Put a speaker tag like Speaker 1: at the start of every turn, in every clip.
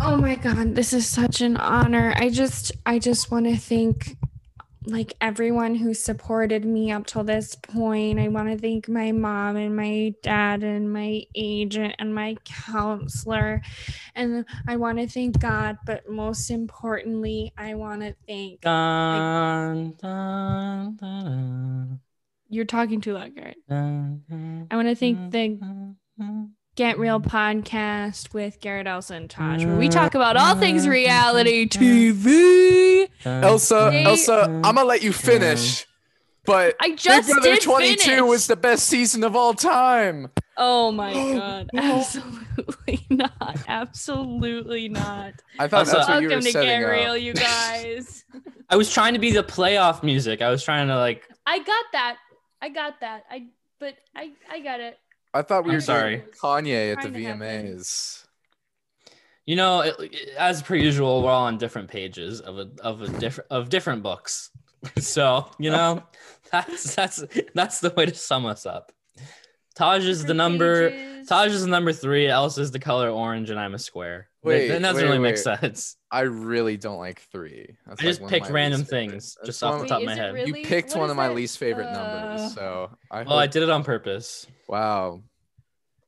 Speaker 1: Oh my god, this is such an honor. I just I just want to thank like everyone who supported me up till this point. I want to thank my mom and my dad and my agent and my counselor. And I want to thank God, but most importantly, I want to thank
Speaker 2: Dun, dun, dun,
Speaker 1: You're talking too loud, Garrett.
Speaker 2: dun, dun,
Speaker 1: I want to
Speaker 3: Mm-hmm.
Speaker 1: thank the
Speaker 2: dun, dun.
Speaker 1: Get Real podcast with Garrett Elsa and Tosh,
Speaker 3: Mm-hmm.
Speaker 1: where we talk about all things reality TV.
Speaker 3: Elsa,
Speaker 1: They-
Speaker 3: Elsa, I'm gonna let you finish, but
Speaker 1: I
Speaker 3: Big
Speaker 1: just
Speaker 3: Brother
Speaker 1: did
Speaker 3: 22
Speaker 1: finish.
Speaker 3: was the best season of all time.
Speaker 1: Oh my god! Absolutely not! Absolutely not!
Speaker 3: I thought
Speaker 2: Elsa-
Speaker 3: that's what you were
Speaker 1: Welcome to Get
Speaker 3: setting
Speaker 1: Real,
Speaker 3: up.
Speaker 1: you guys.
Speaker 2: I was trying to be the playoff music. I was trying to like.
Speaker 1: I got that. I got that. I but I I got it.
Speaker 3: I thought we
Speaker 1: I'm
Speaker 3: were
Speaker 2: sorry.
Speaker 3: doing Kanye at the
Speaker 1: Trying to have
Speaker 3: VMAs.
Speaker 2: You know, it- it- as per usual, we're all on different pages of a of a different of different books. So you know, that's that's that's the way to sum us up. Taj is the
Speaker 1: Different
Speaker 2: number.
Speaker 1: pages.
Speaker 2: Taj is the number three. Elsa's the color orange, and I'm a square. Wait,
Speaker 3: Wait,
Speaker 2: that doesn't
Speaker 3: wait,
Speaker 2: really make
Speaker 3: wait.
Speaker 2: sense.
Speaker 3: I really don't like three. That's
Speaker 2: I
Speaker 3: like
Speaker 2: just
Speaker 3: one of
Speaker 2: picked
Speaker 3: my
Speaker 2: random
Speaker 3: least favorite.
Speaker 2: things
Speaker 3: That's
Speaker 2: just off the
Speaker 3: one-
Speaker 2: top
Speaker 1: Wait,
Speaker 2: of my
Speaker 1: is it
Speaker 2: head.
Speaker 1: really-
Speaker 3: You picked
Speaker 1: What
Speaker 3: one
Speaker 1: is
Speaker 3: of my
Speaker 1: that?
Speaker 3: least favorite
Speaker 1: Uh,
Speaker 3: numbers, so I
Speaker 2: Well, I
Speaker 3: hope-
Speaker 2: did it on purpose.
Speaker 3: wow.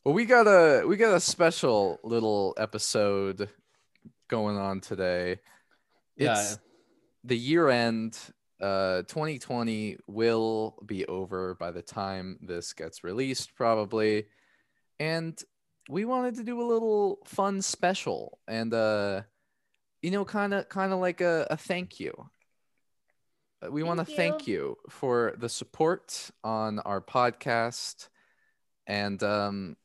Speaker 3: Well, we got a we got a special little episode going on today. It's
Speaker 2: yeah.
Speaker 3: the year end. Uh, 2020 will be over by the time this gets released, probably. And we wanted to do a little fun special and uh, you know, kind of, kind of like a, a thank you. Uh, We want to
Speaker 1: Thank you.
Speaker 3: thank you for the support on our podcast, and um,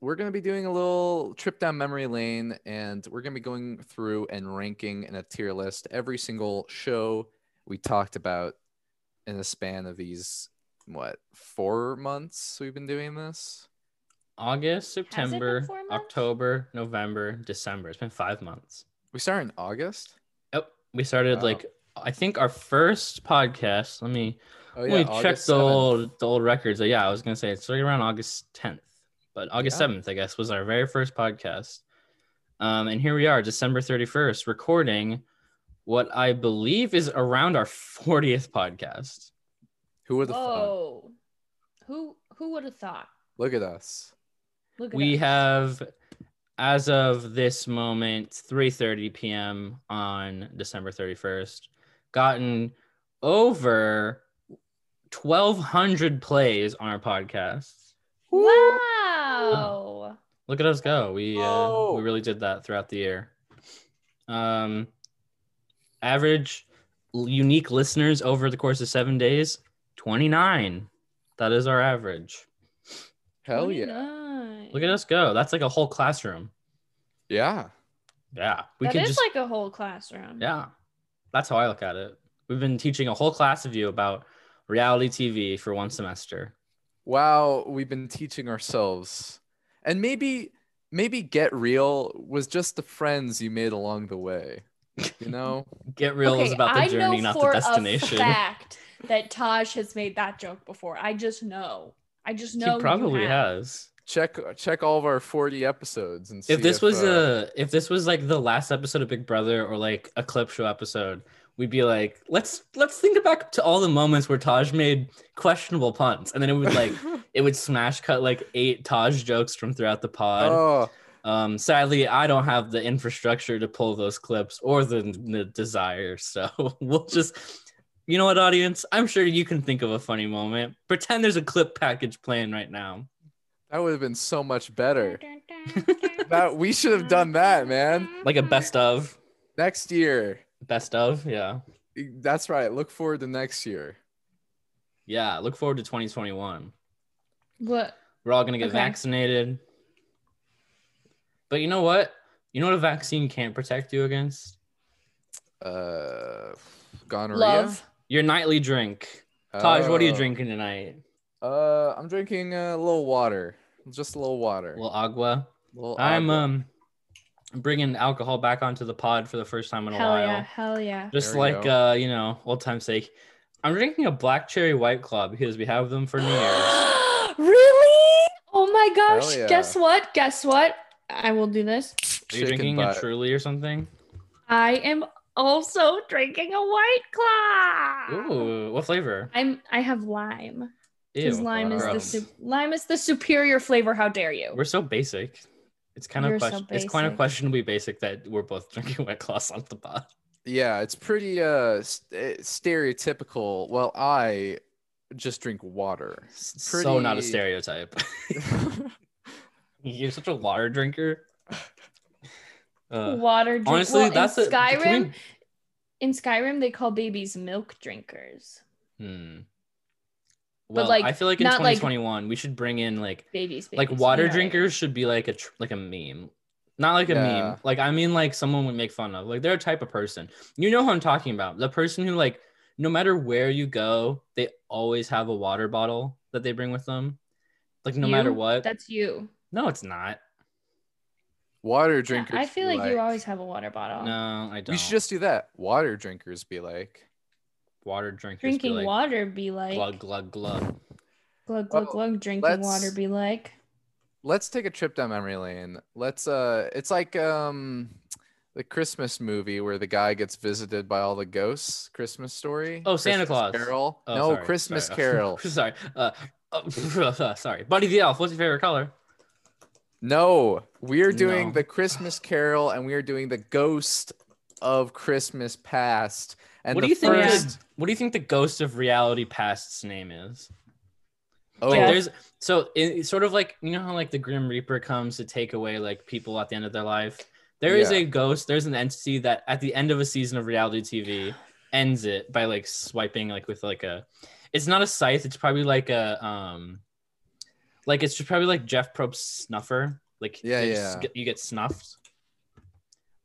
Speaker 3: we're going to be doing a little trip down memory lane and we're going to be going through and ranking in a tier list every single show we talked about in the span of these what four months we've been doing this
Speaker 2: August,
Speaker 1: been
Speaker 2: September,
Speaker 1: four months?
Speaker 2: October, November, December. It's been five months.
Speaker 3: we started in august
Speaker 2: Yep. We started
Speaker 3: Wow.
Speaker 2: like I think our first podcast. Let me
Speaker 3: oh
Speaker 2: let me check
Speaker 3: August
Speaker 2: the
Speaker 3: 7th.
Speaker 2: old the old records. Yeah, I was gonna say it's right around August 10th, but August
Speaker 3: Yeah.
Speaker 2: 7th, I guess, was our very first podcast. Um, and here we are, December 31st, recording what I believe is around our 40th podcast.
Speaker 3: who would have thought
Speaker 1: Whoa! oh. Who who would have thought?
Speaker 3: look at us
Speaker 1: Look at
Speaker 2: we
Speaker 1: us.
Speaker 2: have as of this moment 3:30 p.m. on December 31st gotten over 1200 plays on our podcast.
Speaker 1: Wow!
Speaker 2: Look at us go. We uh,
Speaker 3: Whoa.
Speaker 2: we really did that throughout the year. Um average l- unique listeners over the course of 7 days 29. That is our average.
Speaker 3: hell yeah
Speaker 1: 29.
Speaker 2: Look at us go. That's like a whole classroom.
Speaker 3: yeah
Speaker 2: Yeah. We
Speaker 1: That
Speaker 2: could
Speaker 1: is
Speaker 2: just
Speaker 1: like a whole classroom.
Speaker 2: Yeah. That's how I look at it. We've been teaching a whole class of you about reality TV for one semester.
Speaker 3: wow we've been teaching ourselves and maybe maybe get real was just the friends you made along the way you know
Speaker 2: Get real is
Speaker 1: Okay,
Speaker 2: about the
Speaker 1: I
Speaker 2: journey,
Speaker 1: know
Speaker 2: not the
Speaker 1: for
Speaker 2: destination.
Speaker 1: A fact that Taj has made that joke before. I just know. I just
Speaker 2: She
Speaker 1: know. you
Speaker 2: probably
Speaker 1: have.
Speaker 2: has.
Speaker 3: check check all of our 40 episodes and see
Speaker 2: If this was
Speaker 3: uh,
Speaker 2: a if this was like the last episode of Big Brother or like a clip show episode, we'd be like, let's let's think back to all the moments where Taj made questionable puns. And then it
Speaker 3: uh,
Speaker 2: would like it would smash cut like eight Taj jokes from throughout the pod.
Speaker 3: oh
Speaker 2: Um, sadly, I don't have the infrastructure to pull those clips or the, the desire. So we'll just, you know what, audience? I'm sure you can think of a funny moment. Pretend there's a clip package playing right now.
Speaker 3: that would have been so much better that we should have done that man
Speaker 2: Like
Speaker 1: Mm-hmm.
Speaker 2: a best of,
Speaker 3: next year E,
Speaker 2: best of. Yeah.
Speaker 3: that's right look forward to next year
Speaker 2: Yeah. Look forward to 2021.
Speaker 1: What?
Speaker 2: We're all going to get
Speaker 1: Okay.
Speaker 2: vaccinated. But you know what? You know what a vaccine can't protect you against?
Speaker 3: uh gonorrhea
Speaker 1: Love.
Speaker 2: Your nightly drink. Taj, what are you
Speaker 3: Oh.
Speaker 2: drinking tonight?
Speaker 3: uh i'm drinking a little water just a little water
Speaker 2: Well, agua.
Speaker 3: Little
Speaker 2: I'm
Speaker 3: agua.
Speaker 2: um bringing alcohol back onto the pod for the first time in a
Speaker 1: Hell
Speaker 2: while.
Speaker 1: yeah! Hell yeah!
Speaker 2: Just
Speaker 3: There we
Speaker 2: like
Speaker 3: go.
Speaker 2: uh, you know, old time's sake. I'm drinking a black cherry white claw because we have them for New Year's.
Speaker 1: really? Oh my gosh!
Speaker 3: Hell yeah.
Speaker 1: Guess what? Guess what? I will do this.
Speaker 2: Are you
Speaker 3: chicken
Speaker 2: drinking
Speaker 3: butt.
Speaker 2: a truly or something?
Speaker 4: I am also drinking a white claw.
Speaker 2: Ooh, what flavor?
Speaker 4: I'm I have lime.
Speaker 2: Ew.
Speaker 4: Because lime is the
Speaker 3: gross.
Speaker 4: su- lime is the superior flavor. How dare you?
Speaker 2: We're so basic. It's kind
Speaker 4: You're
Speaker 2: of
Speaker 4: so
Speaker 2: question- it's kind of
Speaker 4: basic.
Speaker 2: questionably basic that we're both drinking wet cloths on the pod.
Speaker 3: Yeah, it's pretty uh st- stereotypical. Well, I just drink water. It's
Speaker 2: So not a
Speaker 3: pretty-
Speaker 2: stereotype. You're such a water drinker. Uh,
Speaker 4: Water drink.
Speaker 2: honestly,
Speaker 4: well,
Speaker 2: that's
Speaker 4: in
Speaker 2: a, can
Speaker 4: Skyrim.
Speaker 2: we-
Speaker 4: In Skyrim, they call babies milk drinkers.
Speaker 2: Hmm.
Speaker 4: But,
Speaker 2: Well,
Speaker 4: like,
Speaker 2: I feel like in
Speaker 4: not, like-
Speaker 2: 2021 we should bring in like
Speaker 4: Babies, babies.
Speaker 2: like water
Speaker 4: you know.
Speaker 2: drinkers should be like a tr- like a meme, not like a
Speaker 3: Yeah.
Speaker 2: meme. Like I mean, like someone would make fun of. Like they're a type of person. You know who I'm talking about? The person who like no matter where you go, they always have a water bottle that they bring with them. Like no matter
Speaker 4: You?
Speaker 2: what.
Speaker 4: That's you.
Speaker 2: no, it's not.
Speaker 3: Water
Speaker 4: Yeah,
Speaker 3: drinkers.
Speaker 4: I feel
Speaker 3: be
Speaker 4: like, you always have a water bottle.
Speaker 2: No, I don't.
Speaker 3: We should just do that. Water drinkers be like.
Speaker 2: water drinkers. be
Speaker 4: Drinking
Speaker 2: like,
Speaker 4: water be like
Speaker 2: Glug glug glug.
Speaker 4: glug glug
Speaker 3: Well,
Speaker 4: glug. Drinking
Speaker 3: let's-
Speaker 4: water be like.
Speaker 3: Let's take a trip down memory lane. Let's uh it's like um the Christmas movie where the guy gets visited by all the ghosts, Christmas story.
Speaker 2: Oh, Santa
Speaker 3: Christmas
Speaker 2: Claus.
Speaker 3: Carol.
Speaker 2: Oh,
Speaker 3: no,
Speaker 2: sorry,
Speaker 3: Christmas
Speaker 2: sorry.
Speaker 3: Carol.
Speaker 2: sorry. Uh, uh, sorry. Buddy the Elf. What's your favorite color?
Speaker 3: No, we're doing
Speaker 2: No.
Speaker 3: the Christmas Carol and we are doing the Ghost of Christmas Past. And
Speaker 2: what
Speaker 3: the
Speaker 2: do you think? the-
Speaker 3: first,
Speaker 2: what do you think the ghost of reality past's name is?
Speaker 3: Oh,
Speaker 2: Like,
Speaker 4: Yeah.
Speaker 2: there's so it, it's sort of like you know how like the Grim Reaper comes to take away like people at the end of their life. There is
Speaker 3: Yeah.
Speaker 2: a ghost. There's an entity that at the end of a season of reality TV ends it by like swiping like with like a. It's not a scythe. It's probably like a um, like it's just probably like Jeff Probst's snuffer. Like
Speaker 3: Yeah,
Speaker 2: you just
Speaker 3: yeah.
Speaker 2: get- you get snuffed.
Speaker 3: It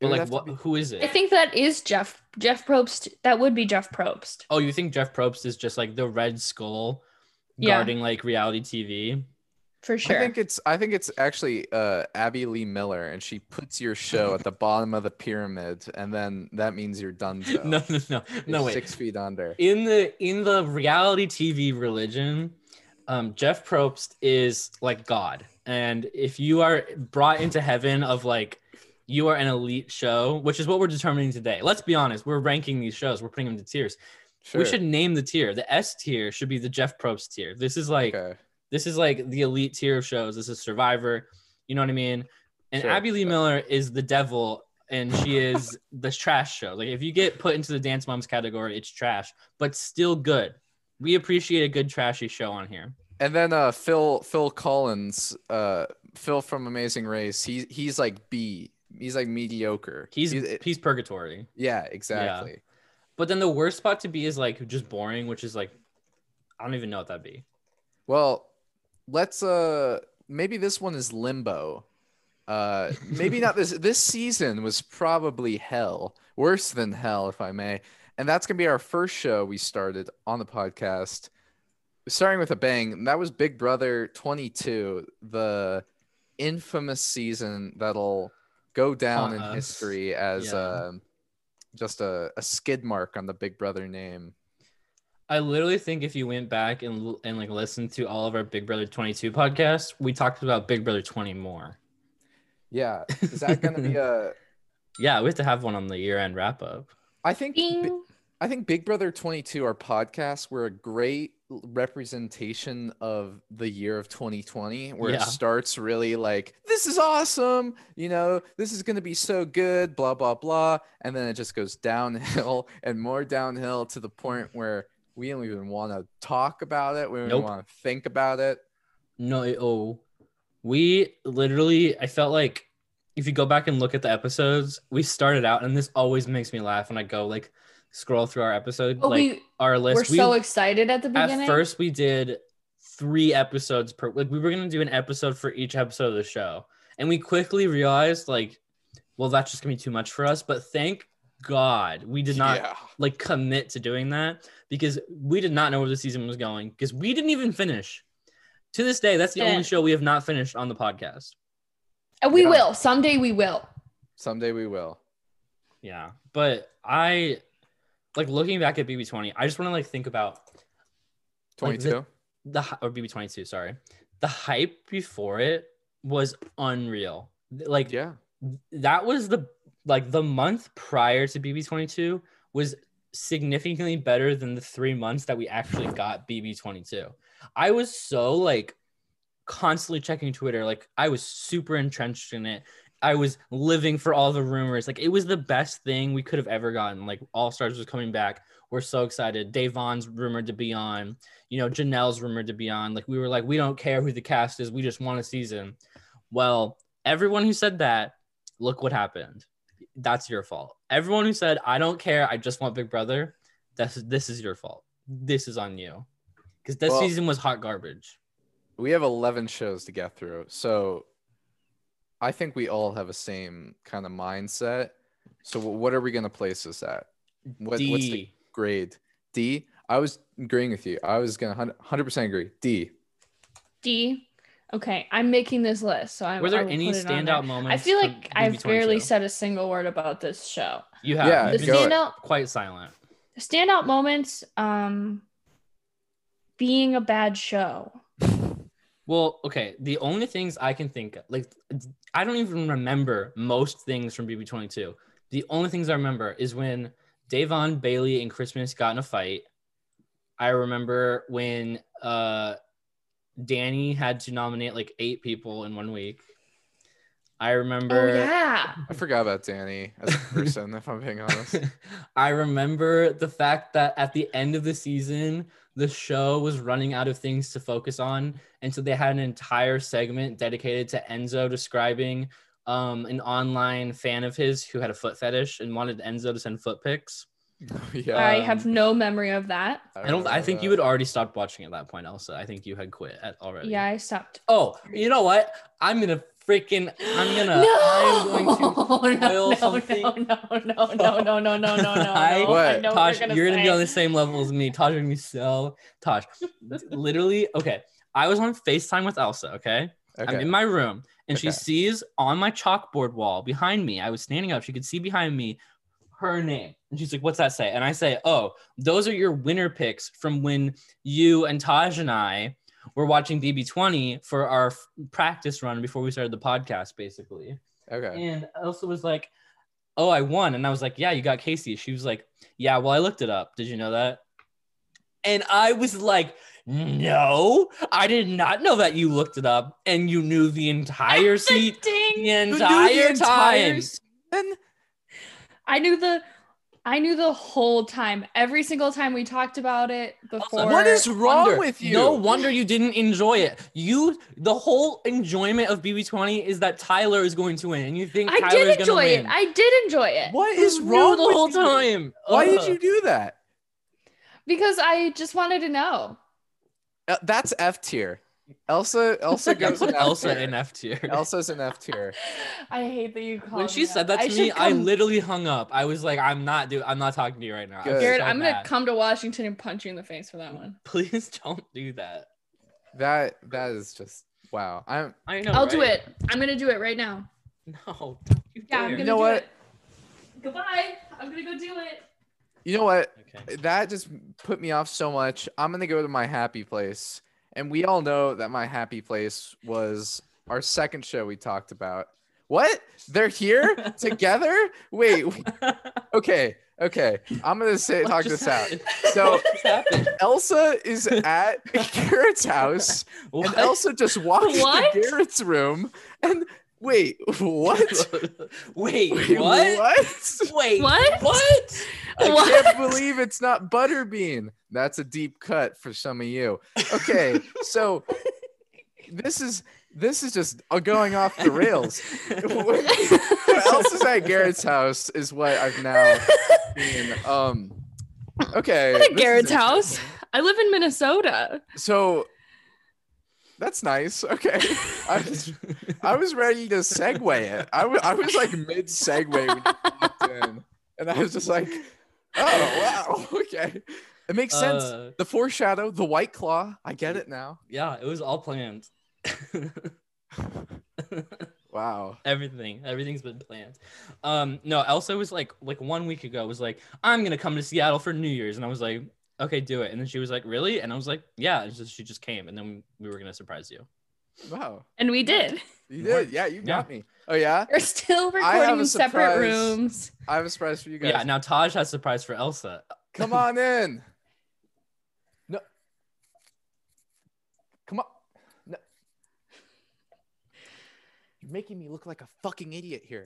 Speaker 2: But
Speaker 3: would
Speaker 2: like,
Speaker 3: have to
Speaker 2: what?
Speaker 3: be-
Speaker 2: Who is it?
Speaker 4: I think that is Jeff. Jeff Probst. That would be Jeff Probst.
Speaker 2: Oh, you think Jeff Probst is just like the Red Skull
Speaker 4: Yeah.
Speaker 2: guarding like reality TV?
Speaker 4: For
Speaker 3: I
Speaker 4: sure.
Speaker 3: think it's I think it's actually uh, Abby Lee Miller, and she puts your show at the bottom of the pyramid, and then that means you're done.
Speaker 2: No, no, no, no. Wait.
Speaker 3: six feet under.
Speaker 2: In the in the reality TV religion, um, Jeff Probst is like God, and if you are brought into heaven of like you are an elite show, which is what we're determining today. Let's be honest, we're ranking these shows, we're putting them to tiers.
Speaker 3: Sure.
Speaker 2: We should name the tier. The S tier should be the Jeff Probst tier. This is like
Speaker 3: Okay.
Speaker 2: this is like the elite tier of shows. This is Survivor. You know what I mean? And
Speaker 3: Sure.
Speaker 2: Abby Lee Miller is the devil and she is the trash show. Like if you get put into the Dance Moms category, it's trash, but still good. We appreciate a good trashy show on here.
Speaker 3: And then uh, Phil Phil Collins, uh, Phil from Amazing Race, he he's like B. He's like mediocre.
Speaker 2: He's
Speaker 3: it-
Speaker 2: he's purgatory.
Speaker 3: yeah, exactly.
Speaker 2: But then the worst spot to be is like just boring, which is like I don't even know what that'd be.
Speaker 3: Well, let's uh maybe this one is limbo. Uh maybe not this this season was probably hell, worse than hell if I may. And that's going to be our first show we started on the podcast. Starting with a bang. And that was Big Brother 22, the infamous season that'll go down
Speaker 2: Haunt
Speaker 3: in
Speaker 2: us.
Speaker 3: history as
Speaker 2: Yeah.
Speaker 3: um just a, a skid mark on the Big Brother name.
Speaker 2: I literally think if you went back and and like listened to all of our Big Brother 22 podcasts, we talked about Big Brother 20 more.
Speaker 3: Yeah. Is that going to be a
Speaker 2: Yeah, we have to have one on the year end wrap up.
Speaker 3: I think Bi-
Speaker 4: Bing.
Speaker 3: I think Big Brother 22, our podcast, were a great l- representation of the year of 2020, where
Speaker 2: Yeah.
Speaker 3: it starts really like, this is awesome. You know, this is going to be so good, blah, blah, blah. And then it just goes downhill and more downhill to the point where we don't even want to talk about it. We don't
Speaker 2: Nope.
Speaker 3: want to think about it.
Speaker 2: No, it- oh, we literally, I felt like if you go back and look at the episodes, we started out, and this always makes me laugh when I go like scroll through our episode,
Speaker 4: Oh,
Speaker 2: like
Speaker 4: we
Speaker 2: our
Speaker 4: we're
Speaker 2: list.
Speaker 4: so excited at the
Speaker 2: at
Speaker 4: beginning.
Speaker 2: first we did three episodes per, like we were gonna do an episode for each episode of the show, and we quickly realized like, well, that's just gonna be too much for us. But thank God we did not
Speaker 3: Yeah.
Speaker 2: like commit to doing that because we did not know where the season was going because we didn't even finish. To this day, that's the
Speaker 4: Yeah.
Speaker 2: only show we have not finished on the podcast.
Speaker 4: And Uh, we
Speaker 3: Yeah.
Speaker 4: will someday. We will.
Speaker 3: Someday we will.
Speaker 2: Yeah, but I like looking back at BB20. I just want to like think about
Speaker 3: 22.
Speaker 2: the hy- or BB22. Sorry, the hype before it was unreal. Like
Speaker 3: yeah.
Speaker 2: that was the like the month prior to BB22 was significantly better than the three months that we actually got BB22. I was so like constantly checking Twitter, like I was super entrenched in it. I was living for all the rumors. Like it was the best thing we could have ever gotten. Like All Stars was coming back. We're so excited. Davon's rumored to be on. You know, Janelle's rumored to be on. Like we were like, we don't care who the cast is. We just want a season. Well, everyone who said that, look what happened. That's your fault. Everyone who said, I don't care, I just want Big Brother, that's this is your fault. This is on you. Because this
Speaker 3: Well-
Speaker 2: season was hot garbage.
Speaker 3: we have 11 shows to get through so i think we all have a same kind of mindset so wh- what are we going to place this at what,
Speaker 2: D.
Speaker 3: what's the grade d i was agreeing with you i was going to 100% agree d
Speaker 5: D. Okay, I'm making this list, so I'm.
Speaker 2: Were
Speaker 5: I
Speaker 2: there
Speaker 5: will
Speaker 2: any
Speaker 5: put it on
Speaker 2: standout
Speaker 5: there.
Speaker 2: moments?
Speaker 5: I feel
Speaker 2: from
Speaker 5: like I've
Speaker 2: BB22?
Speaker 5: barely said a single word about this show.
Speaker 2: you have
Speaker 3: Yeah,
Speaker 2: yeah,
Speaker 5: The
Speaker 3: go ahead.
Speaker 5: standout
Speaker 2: quite silent.
Speaker 5: standout moments, um, being a bad show.
Speaker 2: Well, okay. The only things I can think of, like, I don't even remember most things from BB22. The only things I remember is when Davon, Bailey, and Christmas got in a fight. I remember when uh, Danny had to nominate like eight people in one week. I remember.
Speaker 5: Oh yeah.
Speaker 2: Mm-hmm.
Speaker 3: i forgot about danny as a person if i'm being honest
Speaker 2: I remember the fact that at the end of the season, the show was running out of things to focus on. And so they had an entire segment dedicated to Enzo describing um, an online fan of his who had a foot fetish and wanted Enzo to send foot pics.
Speaker 3: yeah
Speaker 5: I
Speaker 2: Um,
Speaker 5: have no memory of that.
Speaker 2: I don't, I think you had already stopped watching at that point, Elsa. I think you had quit at already.
Speaker 5: Yeah, I stopped.
Speaker 2: Oh, you know what? I'm going to freaking, I'm going to, I'm going to.
Speaker 5: no,
Speaker 2: boil
Speaker 5: no,
Speaker 2: something.
Speaker 5: no, no, no, no, no, no, no, no, no.
Speaker 2: I-
Speaker 3: What?
Speaker 5: know
Speaker 2: Tosh,
Speaker 5: you're gonna,
Speaker 2: you're gonna be on the
Speaker 5: say.
Speaker 2: same level as me. Tosh, you're gonna be so Tosh. literally, okay. I was on FaceTime with Elsa, okay? I'm in my room and she
Speaker 3: Okay.
Speaker 2: sees on my chalkboard wall behind me, I was standing up, she could see behind me her name. And she's like, What's that say? And I say, Oh, those are your winner picks from when you and Taj and I were watching BB20 for our f- practice run before we started the podcast, basically.
Speaker 3: okay
Speaker 2: And Elsa was like, Oh, I won. And I was like, Yeah, you got Casey. She was like, Yeah, well, I looked it up. Did you know that? And I was like, No, I did not know that you looked it up and you knew the entire seat
Speaker 5: Ding.
Speaker 2: the entire time.
Speaker 5: I knew the I knew the whole time. Every single time we talked about it before.
Speaker 3: what is wrong
Speaker 2: Wonder-
Speaker 3: with you
Speaker 2: No wonder you didn't enjoy it. You the whole enjoyment of BB20 is that Tyler is going to win and you think
Speaker 5: I
Speaker 2: Tyler's
Speaker 5: did
Speaker 2: gonna
Speaker 5: enjoy it.
Speaker 2: win.
Speaker 5: I did enjoy it.
Speaker 3: what is
Speaker 2: You knew
Speaker 3: wrong
Speaker 2: the
Speaker 3: with
Speaker 2: whole
Speaker 3: you?
Speaker 2: time.
Speaker 3: why did
Speaker 2: Ugh.
Speaker 3: you do that
Speaker 5: Because I just wanted to know.
Speaker 3: Uh, that's F tier. Elsa Elsa
Speaker 2: Yeah,
Speaker 3: goes
Speaker 2: put
Speaker 3: in F
Speaker 2: Elsa
Speaker 3: tier.
Speaker 2: in F tier?
Speaker 3: Elsa's in F tier.
Speaker 5: I hate that you called
Speaker 2: when she
Speaker 5: me
Speaker 2: said
Speaker 5: out.
Speaker 2: that to
Speaker 5: should
Speaker 2: me, I
Speaker 5: come-
Speaker 2: literally hung up. I was like, I'm not do I'm not talking to you right now.
Speaker 3: Good.
Speaker 5: Jared,
Speaker 2: so
Speaker 5: I'm gonna
Speaker 2: mad.
Speaker 5: come to Washington and punch you in the face for that one.
Speaker 2: Please don't do that.
Speaker 3: That that is just wow. I'm
Speaker 2: I know.
Speaker 5: I'll do
Speaker 2: right?
Speaker 5: it. I'm gonna do it right now.
Speaker 2: No, don't you
Speaker 5: Yeah, I'm
Speaker 2: dare.
Speaker 5: gonna
Speaker 3: know
Speaker 5: do
Speaker 3: what?
Speaker 5: it. Goodbye. I'm gonna go do it.
Speaker 3: you know what?
Speaker 2: Okay.
Speaker 3: That just put me off so much. I'm gonna go to my happy place. And we all know that my happy place was our second show we talked about. What? They're here together? Wait, wait. okay, okay. I'm gonna say
Speaker 2: What
Speaker 3: talk
Speaker 2: just
Speaker 3: this out.
Speaker 2: happened?
Speaker 3: So-
Speaker 2: What just happened?
Speaker 3: Elsa is at Garrett's house.
Speaker 2: What?
Speaker 3: And Elsa just walked
Speaker 5: What?
Speaker 3: into Garrett's room and wait, what?
Speaker 2: Wait,
Speaker 3: Wait,
Speaker 2: what?
Speaker 3: what?
Speaker 2: Wait,
Speaker 5: What?
Speaker 2: What?
Speaker 3: I
Speaker 5: What?
Speaker 3: can't believe it's not Butterbean. That's a deep cut for some of you. Okay, so this is this is just uh, going off the rails. What Elsa's at Garrett's house is what I've now seen. Um, okay,
Speaker 5: I'm
Speaker 3: this is
Speaker 5: at Garrett's
Speaker 3: interesting.
Speaker 5: house. I live in Minnesota.
Speaker 3: So that's nice. Okay, I was I was ready to segue it. I wa- I was like mid segue when you walked in, and I was just like, oh wow, okay, it makes sense.
Speaker 2: Uh,
Speaker 3: The foreshadow, the white claw. I get it now.
Speaker 2: yeah, it was all planned.
Speaker 3: Wow.
Speaker 2: everything everything's been planned um no elsa was like like one week ago was like i'm gonna come to seattle for new year's and i was like okay do it and then she was like really and i was like yeah and so she just came and then we were gonna surprise you
Speaker 3: Wow.
Speaker 1: And we did.
Speaker 3: You
Speaker 2: Yeah.
Speaker 3: did. Yeah, you got me. Oh, yeah?
Speaker 1: We're still
Speaker 3: I have
Speaker 1: recording
Speaker 3: a
Speaker 1: in separate
Speaker 3: surprise.
Speaker 1: rooms.
Speaker 3: I have a surprise for you guys.
Speaker 2: Yeah, now Taj has a surprise for Elsa.
Speaker 3: Come on in. No. Come on. No. You're making me look like a fucking idiot here.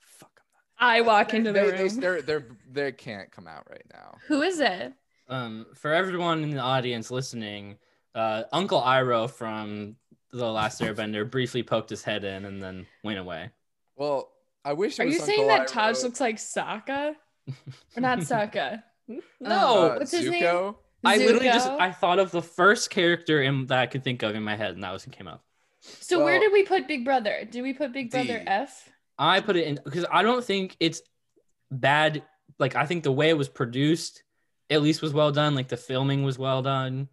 Speaker 3: Fuck. I'm
Speaker 1: I walk
Speaker 3: not-
Speaker 1: into the
Speaker 3: they, they,
Speaker 1: room.
Speaker 3: they're, they're, they can't come out right now.
Speaker 1: Who is it?
Speaker 2: Um, for everyone in the audience listening, uh, Uncle Iroh from The Last Airbender briefly poked his head in and then went away.
Speaker 3: Well, I wish. It
Speaker 1: Are
Speaker 3: was
Speaker 1: you saying
Speaker 3: Uncle
Speaker 1: that Taj
Speaker 3: Iroh.
Speaker 1: looks like Saka? Or not Saka.
Speaker 2: No,
Speaker 3: Uh,
Speaker 1: Oh, what's his name?
Speaker 3: Zuko?
Speaker 2: I literally just
Speaker 1: Zuko?
Speaker 2: I thought of the first character in, that I could think of in my head, and that was who came up.
Speaker 1: So where
Speaker 3: Well-
Speaker 1: did we put Big Brother? Did we put Big Brother
Speaker 3: D.
Speaker 1: F?
Speaker 2: I put it in because I don't think it's bad. Like I think the way it was produced, at least, was well done. Like the filming was well done.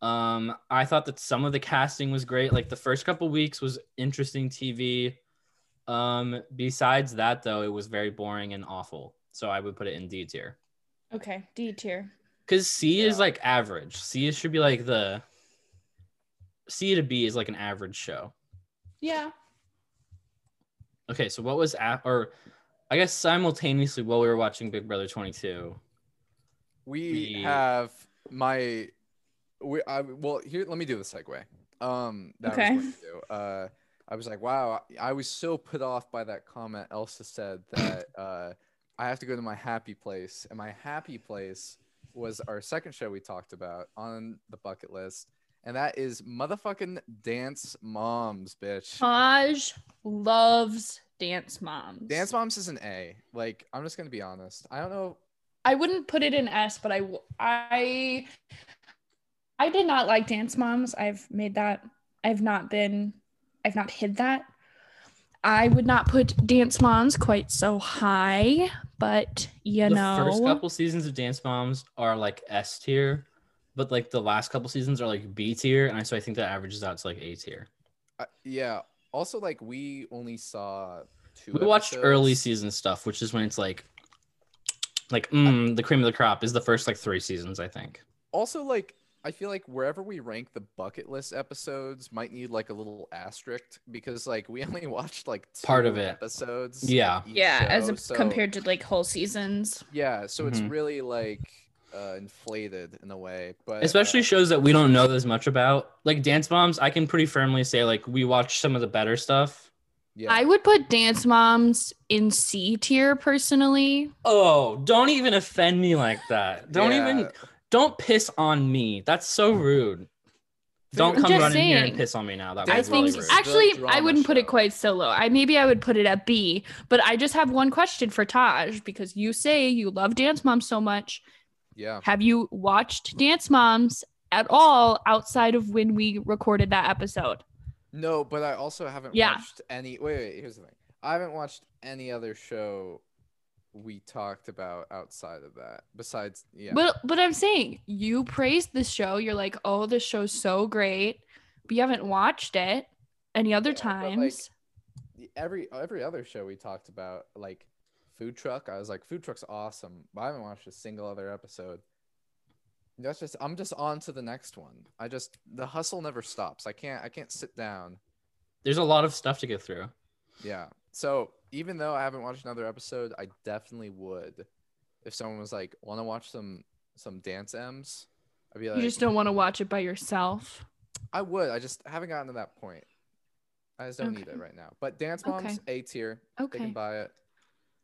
Speaker 2: Um, I thought that some of the casting was great. Like the first couple weeks was interesting TV. Um, besides that, though, it was very boring and awful. So I would put it in D tier.
Speaker 1: Okay, D tier.
Speaker 2: Because C is
Speaker 3: Yeah.
Speaker 2: like average. C is- should be like the C to B is like an average show.
Speaker 1: Yeah.
Speaker 2: Okay, so what was at or I guess simultaneously while we were watching Big Brother 22.
Speaker 3: we
Speaker 2: We-
Speaker 3: have my we I well here let me do the segue. Um that
Speaker 1: Okay.
Speaker 3: was going to do. Uh I was like, wow, I was so put off by that comment Elsa said that uh I have to go to my happy place. And my happy place was our second show we talked about on the bucket list. And that is motherfucking dance moms, bitch.
Speaker 1: Taj loves Dance Moms.
Speaker 3: Dance moms is an A. Like, I'm just gonna be honest. I don't know.
Speaker 1: I wouldn't put it in S, but I w- I I did not like Dance Moms. I've made that. I've not been. I've not hid that. I would not put Dance Moms quite so high, but you
Speaker 2: the
Speaker 1: know,
Speaker 2: first couple seasons of Dance Moms are like S tier, but like the last couple seasons are like B tier, and I so I think that averages out to like A tier.
Speaker 3: I, yeah. Also, like, we only saw two.
Speaker 2: We watched early
Speaker 3: episodes.
Speaker 2: season stuff, which is when it's like like mm, the cream of the crop is the first like three seasons, I think.
Speaker 3: also like i feel like wherever we rank the bucket list episodes might need like a little asterisk because like we only watched like
Speaker 2: Part
Speaker 3: two
Speaker 2: of it.
Speaker 3: episodes of
Speaker 2: Yeah.
Speaker 3: each
Speaker 1: yeah, as
Speaker 3: show,
Speaker 1: a,
Speaker 3: so-
Speaker 1: compared to like whole seasons.
Speaker 3: yeah so it's
Speaker 2: Mhm.
Speaker 3: really like uh inflated in a way but uh,
Speaker 2: Especially shows that we don't know as much about. Like Dance Moms, I can pretty firmly say like we watched some of the better stuff.
Speaker 3: yeah
Speaker 1: I would put Dance Moms in C tier personally.
Speaker 2: Oh, don't even offend me like that. Don't even
Speaker 3: Yeah.
Speaker 2: don't piss on me. That's so rude. Don't
Speaker 3: I'm
Speaker 2: come
Speaker 1: just
Speaker 2: running here
Speaker 1: saying.
Speaker 2: and piss on me now. That
Speaker 3: I
Speaker 1: I
Speaker 2: was really
Speaker 1: think
Speaker 3: think-
Speaker 2: rude.
Speaker 3: I-
Speaker 1: actually
Speaker 3: The
Speaker 1: I
Speaker 3: drama
Speaker 1: wouldn't put
Speaker 3: show.
Speaker 1: it quite so low. I maybe I would put it at B, but I just have one question for Taj because you say you love Dance Moms so much.
Speaker 3: yeah
Speaker 1: Have you watched Dance Moms at all outside of when we recorded that episode?
Speaker 3: no but i also haven't
Speaker 1: Yeah.
Speaker 3: watched any wait, wait here's the thing i haven't watched any other show we talked about outside of that besides yeah
Speaker 1: But but I'm saying you praised the show. You're like, "Oh, this show's so great." But you haven't watched it any other
Speaker 3: Yeah, but, like,
Speaker 1: times.
Speaker 3: the- every every other show we talked about like food truck i was like food truck's awesome but i haven't watched a single other episode that's just i'm just on to the next one i just the hustle never stops i can't i can't sit down
Speaker 2: There's a lot of stuff to get through.
Speaker 3: yeah so even though i haven't watched another episode i definitely would if someone was like want to watch some some dance m's i'd be like
Speaker 1: you just don't want to watch it by yourself.
Speaker 3: i would i just haven't gotten to that point i just don't need
Speaker 1: Okay.
Speaker 3: it right now but dance moms a tier they
Speaker 1: Okay.
Speaker 3: can buy it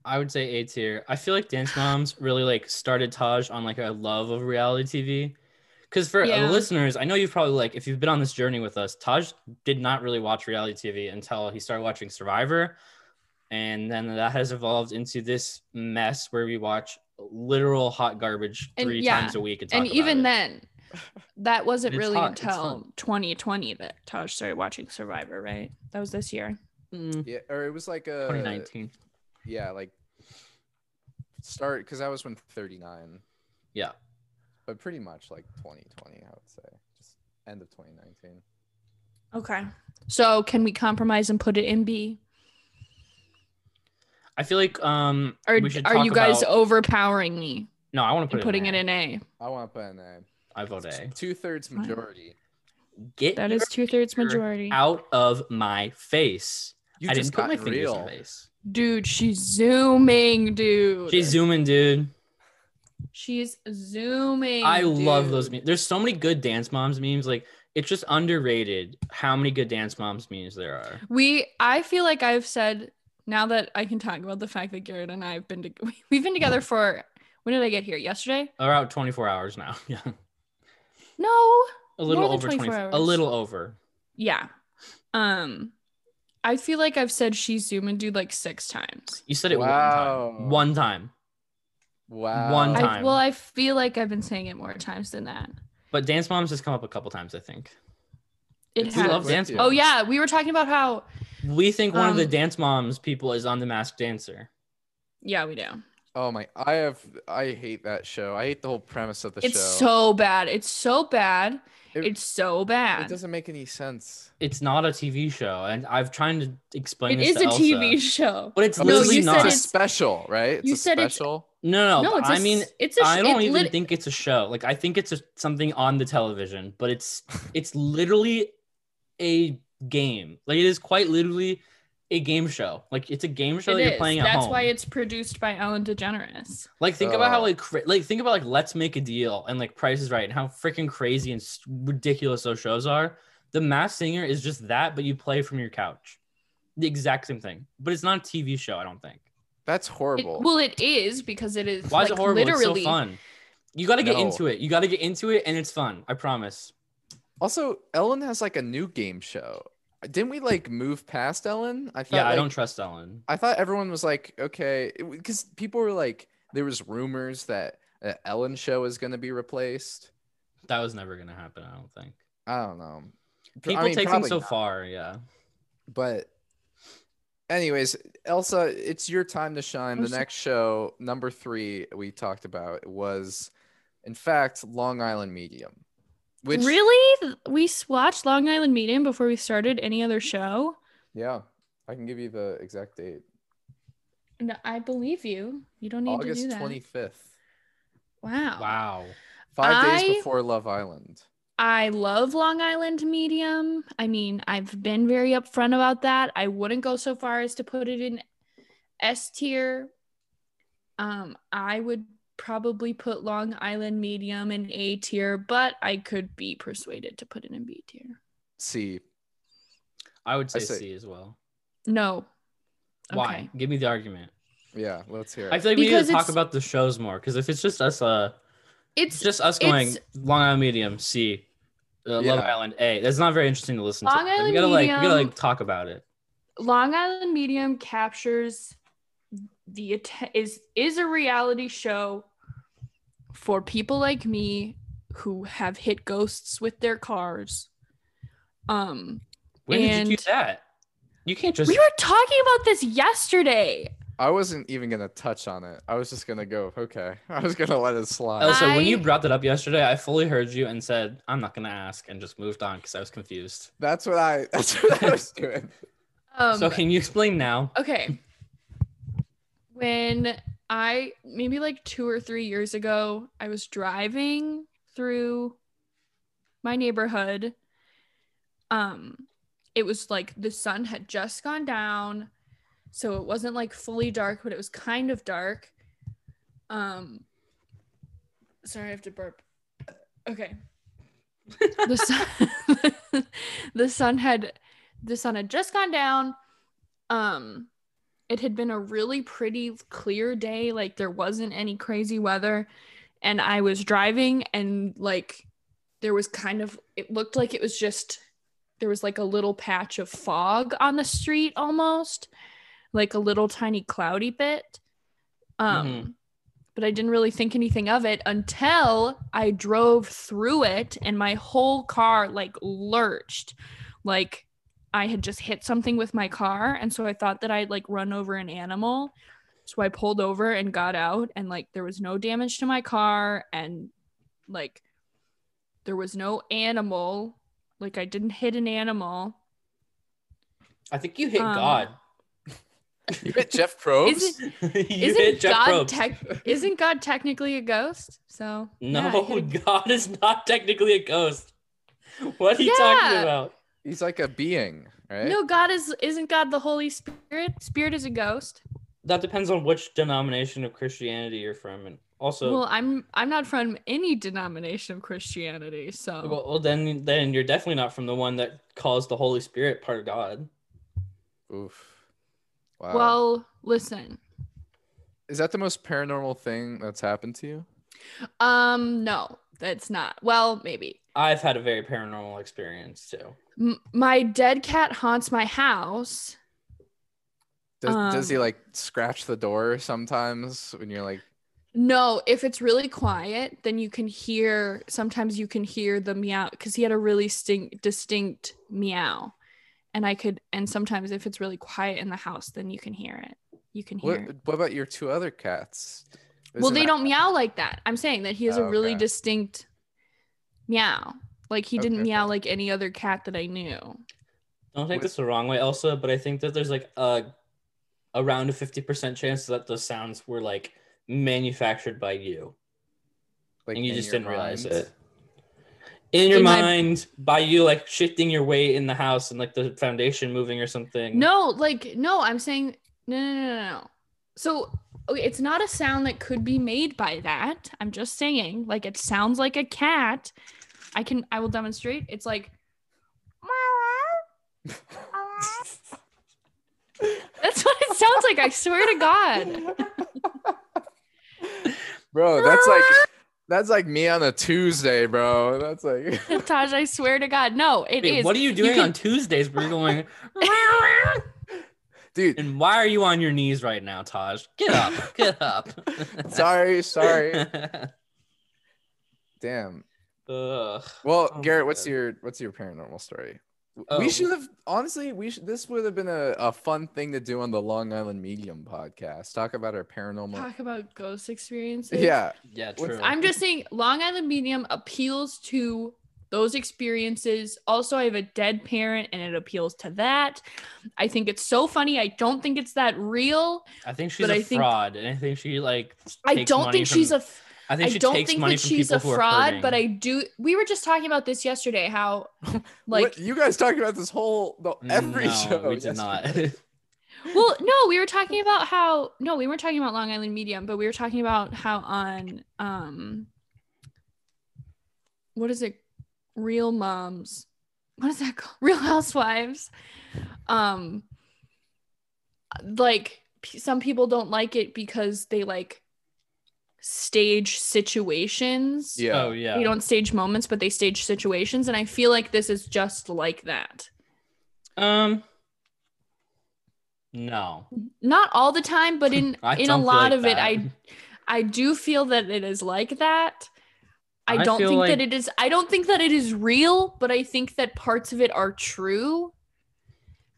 Speaker 2: I would say A tier. I feel like Dance Moms really like started Taj on like a love of reality TV. Because for
Speaker 1: Yeah.
Speaker 2: the listeners, I know you've probably like if you've been on this journey with us, Taj did not really watch reality TV until he started watching Survivor, and then that has evolved into this mess where we watch literal hot garbage
Speaker 1: And-
Speaker 2: three
Speaker 1: yeah.
Speaker 2: times a week. And, talk
Speaker 1: and
Speaker 2: about
Speaker 1: even
Speaker 2: it.
Speaker 1: then that wasn't
Speaker 2: It's
Speaker 1: really
Speaker 2: hot, it's
Speaker 1: until 2020 that taj started watching survivor right that was this year
Speaker 2: Mm,
Speaker 3: yeah or it was like a
Speaker 2: 2019.
Speaker 3: yeah like start because that was when 39
Speaker 2: Yeah.
Speaker 3: but pretty much like 2020 i would say just end of 2019
Speaker 1: okay so can we compromise and put it in b
Speaker 2: I feel like um
Speaker 1: or
Speaker 2: we should
Speaker 1: are
Speaker 2: talk
Speaker 1: you guys
Speaker 2: about-
Speaker 1: overpowering me
Speaker 2: no, I want to
Speaker 1: and
Speaker 2: put
Speaker 1: putting
Speaker 2: it
Speaker 1: it in a
Speaker 3: i want to put in a
Speaker 2: I vote A.
Speaker 3: Two thirds
Speaker 1: Fine.
Speaker 3: majority.
Speaker 2: Get
Speaker 1: That
Speaker 2: your
Speaker 1: is two thirds
Speaker 2: finger
Speaker 1: majority.
Speaker 2: out of my face.
Speaker 3: You
Speaker 2: I
Speaker 3: just
Speaker 2: didn't put my
Speaker 3: got
Speaker 2: fingers in
Speaker 3: real.
Speaker 2: your face.
Speaker 1: Dude, she's zooming, dude.
Speaker 2: She's zooming, dude.
Speaker 1: She's zooming.
Speaker 2: I love those
Speaker 1: dude.
Speaker 2: memes. There's so many good dance moms memes. Like it's just underrated how many good dance moms memes there are.
Speaker 1: We, I feel like I've said now that I can talk about the fact that Garrett and I have been to, we've been together for when did I get here? Yesterday?
Speaker 2: They're out 24 hours now. Yeah,
Speaker 1: No.
Speaker 2: a little
Speaker 1: than
Speaker 2: over
Speaker 1: 24
Speaker 2: 24. A
Speaker 1: hours.
Speaker 2: little over.
Speaker 1: Yeah. Um, I feel like I've said she's zooming, dude, like six times.
Speaker 2: You said it
Speaker 3: Wow.
Speaker 2: one time. One time.
Speaker 3: Wow.
Speaker 2: One time.
Speaker 1: I, well, I feel like I've been saying it more times than that.
Speaker 2: But dance moms has come up a couple times, I think.
Speaker 1: It
Speaker 3: It's
Speaker 2: We
Speaker 1: has.
Speaker 2: love
Speaker 3: with
Speaker 2: dance
Speaker 3: you.
Speaker 2: moms.
Speaker 1: Oh yeah, we were talking about how.
Speaker 2: We think one of the
Speaker 1: Um,
Speaker 2: dance moms people is on the Masked Dancer.
Speaker 1: Yeah, we do.
Speaker 3: Oh my! I have. I hate that show. I hate the whole premise of the
Speaker 1: It's
Speaker 3: show.
Speaker 1: so bad. It's so bad.
Speaker 3: It-
Speaker 1: it's so
Speaker 3: It
Speaker 1: bad.
Speaker 3: doesn't make any sense.
Speaker 2: It's not a TV show, and I've tried to explain.
Speaker 1: It
Speaker 2: this
Speaker 1: is
Speaker 2: to
Speaker 1: a
Speaker 2: Elsa,
Speaker 1: TV show.
Speaker 2: but it's
Speaker 1: No,
Speaker 2: literally
Speaker 1: you said
Speaker 2: not.
Speaker 3: a
Speaker 1: it's-
Speaker 3: special, right? It's
Speaker 1: you
Speaker 3: a
Speaker 1: said it's-
Speaker 3: special.
Speaker 2: no, no,
Speaker 1: no,
Speaker 2: but
Speaker 1: it's
Speaker 2: I
Speaker 1: a s-
Speaker 2: mean,
Speaker 1: it's a. sh-
Speaker 2: I don't
Speaker 1: it
Speaker 2: even
Speaker 1: lit-
Speaker 2: think it's a show. Like I think it's a, something on the television, but it's it's literally a game. Like it is quite literally a game show. Like it's a game show
Speaker 1: it
Speaker 2: that
Speaker 1: is.
Speaker 2: you're playing at
Speaker 1: That's
Speaker 2: home.
Speaker 1: why it's produced by Ellen DeGeneres.
Speaker 2: like think about how
Speaker 3: Oh.
Speaker 2: like cra- like think about like Let's Make a Deal and like Price is Right and how freaking crazy and s- ridiculous those shows are. The Mass Singer is just that, but you play from your couch. The exact same thing, but it's not a TV show. I don't think.
Speaker 3: That's
Speaker 1: It,
Speaker 3: horrible.
Speaker 1: well, it is because it is.
Speaker 2: Why
Speaker 1: like,
Speaker 2: is it horrible?
Speaker 1: Literally,
Speaker 2: It's so fun. You got to get
Speaker 3: No.
Speaker 2: into it. You got to get into it, and it's fun. I promise.
Speaker 3: also, Ellen has like a new game show. Didn't we like move past Ellen? I thought.
Speaker 2: Yeah, I
Speaker 3: like-
Speaker 2: don't trust Ellen.
Speaker 3: I thought everyone was like, okay, because people were like, there was rumors that uh, Ellen show is going to be replaced.
Speaker 2: That was never gonna happen. I don't think.
Speaker 3: I don't know. Pr- I
Speaker 2: People
Speaker 3: mean,
Speaker 2: take things
Speaker 3: probably
Speaker 2: so
Speaker 3: not,
Speaker 2: far. Yeah.
Speaker 3: But, anyways, Elsa, it's your time to shine.
Speaker 1: I'm
Speaker 3: The
Speaker 1: so-
Speaker 3: next show, number three, we talked about was, in fact, Long Island Medium, which
Speaker 1: really, Th- we s- watched Long Island Medium before we started any other show.
Speaker 3: yeah, I can give you the exact date,
Speaker 1: No, I believe you. You don't need to
Speaker 3: August
Speaker 1: do that.
Speaker 3: twenty fifth,
Speaker 1: Wow.
Speaker 2: Wow.
Speaker 3: five
Speaker 1: I-
Speaker 3: days before Love Island.
Speaker 1: I love Long Island Medium. I mean, I've been very upfront about that. I wouldn't go so far as to put it in S tier. Um, I would probably put Long Island Medium in A tier, but I could be persuaded to put it in B tier.
Speaker 3: See,
Speaker 2: I would say
Speaker 3: say-
Speaker 2: C as well.
Speaker 1: No.
Speaker 2: Why?
Speaker 1: Okay.
Speaker 2: Give me the argument.
Speaker 3: yeah, let's hear.
Speaker 2: I
Speaker 3: it.
Speaker 2: feel like we need
Speaker 1: Because
Speaker 2: to talk
Speaker 1: it's-
Speaker 2: about the shows more because if it's just us, uh,
Speaker 1: It's
Speaker 2: just us going Long Island Medium C, uh,
Speaker 3: Yeah.
Speaker 2: Love Island A. That's not very interesting to listen
Speaker 1: Long
Speaker 2: to. we
Speaker 1: Island
Speaker 2: gotta like we gotta
Speaker 1: Medium-
Speaker 2: like talk about it.
Speaker 1: Long Island Medium captures the att- is is a reality show for people like me who have hit ghosts with their cars. Um,
Speaker 2: When did you
Speaker 1: And-
Speaker 2: do that? You can't just.
Speaker 1: we were talking about this yesterday.
Speaker 3: I wasn't even gonna touch on it. I was just gonna go, okay. I was gonna let it slide.
Speaker 2: Elsa, Oh, when you
Speaker 1: I-
Speaker 2: brought that up yesterday, I fully heard you and said, "I'm not gonna ask," and just moved on because I was confused.
Speaker 3: that's what I that's what I was doing.
Speaker 1: Um,
Speaker 2: so can you explain now?
Speaker 1: okay. When I maybe like two or three years ago, I was driving through my neighborhood. Um, it was like the sun had just gone down, so it wasn't like fully dark, but it was kind of dark. Um, sorry, I have to burp. Okay. the sun, the sun had, the sun had just gone down. Um, it had been a really pretty clear day. Like there wasn't any crazy weather, and I was driving, and like there was kind of it looked like it was just there was like a little patch of fog on the street almost, like a little tiny cloudy bit. Um, but I didn't really think anything of it until I drove through it and my whole car like lurched. Like I had just hit something with my car. And so I thought that I'd like run over an animal. So I pulled over and got out, and like there was no damage to my car, and like there was no animal. Like I didn't hit an animal.
Speaker 2: I think you hit
Speaker 1: Um,
Speaker 2: God.
Speaker 3: You hit Jeff Probst.
Speaker 1: Is it,
Speaker 2: you
Speaker 1: isn't
Speaker 2: hit Jeff
Speaker 1: God
Speaker 2: Probst.
Speaker 1: tech isn't God technically a ghost? So yeah, I
Speaker 2: no,
Speaker 1: hit a-
Speaker 2: God is not technically a ghost. What are you talking
Speaker 1: Yeah.
Speaker 2: about?
Speaker 3: He's like a being, right?
Speaker 1: no, God is isn't God the Holy Spirit? Spirit is a ghost.
Speaker 2: That depends on which denomination of Christianity you're from, and also,
Speaker 1: well,
Speaker 2: well,
Speaker 1: I'm I'm not from any denomination of Christianity, so
Speaker 2: well, then, then you're definitely not from the one that calls the Holy Spirit part of God.
Speaker 3: Oof. Wow.
Speaker 1: well, listen.
Speaker 3: is that the most paranormal thing that's happened to you?
Speaker 1: Um, no, that's not. Well, maybe.
Speaker 2: I've had a very paranormal experience too.
Speaker 1: M- my dead cat haunts my house.
Speaker 3: Does, does he
Speaker 1: Um,
Speaker 3: like scratch the door sometimes when you're like,
Speaker 1: No, if it's really quiet, then you can hear. Sometimes you can hear the meow because he had a really stink, distinct meow, and I could. And sometimes if it's really quiet in the house, then you can hear it. You can hear.
Speaker 3: what,
Speaker 1: it.
Speaker 3: what about your two other cats?
Speaker 1: well,
Speaker 3: Isn't
Speaker 1: they
Speaker 3: that-
Speaker 1: don't meow like that. I'm saying that he has
Speaker 3: Oh,
Speaker 1: a really
Speaker 3: okay.
Speaker 1: distinct meow. Like he didn't
Speaker 3: Okay.
Speaker 1: meow like any other cat that I knew.
Speaker 2: Don't take
Speaker 3: What-
Speaker 2: this the wrong way, Elsa, but I think that there's like a around a fifty percent chance that those sounds were like manufactured by you,
Speaker 3: like,
Speaker 2: and you
Speaker 3: in
Speaker 2: just
Speaker 3: your
Speaker 2: didn't realize
Speaker 3: mind?
Speaker 2: it. In your
Speaker 1: In my-
Speaker 2: mind, by you like shifting your weight in the house and like the foundation moving or something.
Speaker 1: No, like no, I'm saying no, no, no, no, no. So okay, it's not a sound that could be made by that. I'm just saying, like it sounds like a cat. I can, I will demonstrate. It's like that's what it sounds like. I swear to God.
Speaker 3: Bro, that's like that's like me on a Tuesday, bro. That's like
Speaker 1: Taj, I swear to God. No, it is.
Speaker 2: Wait, what are you doing
Speaker 1: can-
Speaker 2: on Tuesdays? Where you're going?
Speaker 3: dude,
Speaker 2: and why are you on your knees right now, Taj? Get up, get up.
Speaker 3: sorry, sorry. Damn.
Speaker 2: Ugh.
Speaker 3: Well,
Speaker 2: Oh my
Speaker 3: Garrett, what's
Speaker 2: God.
Speaker 3: your what's your paranormal story? W-
Speaker 2: Oh.
Speaker 3: We should have honestly, we should this would have been a, a fun thing to do on the Long Island Medium podcast. Talk about our paranormal
Speaker 1: Talk about ghost experiences.
Speaker 3: Yeah.
Speaker 2: Yeah,
Speaker 3: What's-
Speaker 2: true.
Speaker 1: I'm just saying Long Island Medium appeals to those experiences. Also, I have a dead parent and it appeals to that. I think it's so funny. I don't think it's that real.
Speaker 2: I think she's a
Speaker 1: But I think-
Speaker 2: fraud, and I think she like.
Speaker 1: I
Speaker 2: takes
Speaker 1: don't
Speaker 2: money
Speaker 1: think
Speaker 2: from-
Speaker 1: she's a
Speaker 2: I
Speaker 1: I
Speaker 2: think she
Speaker 1: don't
Speaker 2: takes
Speaker 1: think
Speaker 2: money
Speaker 1: that
Speaker 2: from
Speaker 1: she's
Speaker 2: people
Speaker 1: a
Speaker 2: who are
Speaker 1: fraud, but I
Speaker 2: hurting.
Speaker 1: do we were just talking about this yesterday how like
Speaker 3: What- you guys talk about this whole the, every
Speaker 2: Mm, no,
Speaker 3: show.
Speaker 2: we did
Speaker 3: yes.
Speaker 2: not.
Speaker 1: well no we were talking about how no we weren't talking about long island medium but we were talking about how on um what is it real moms what is that called real housewives um like p- some people don't like it because they like stage situations
Speaker 3: Yeah.
Speaker 2: Oh yeah.
Speaker 1: they don't stage moments but they stage situations and i feel like this is just like that
Speaker 2: Um. No.
Speaker 1: not all the time but in
Speaker 2: I
Speaker 1: in a
Speaker 2: don't feel
Speaker 1: lot
Speaker 2: like
Speaker 1: of it
Speaker 2: that.
Speaker 1: i i do feel that it is like that i
Speaker 2: I
Speaker 1: don't
Speaker 2: feel
Speaker 1: think
Speaker 2: like-
Speaker 1: that it is i don't think that it is real but i think that parts of it are true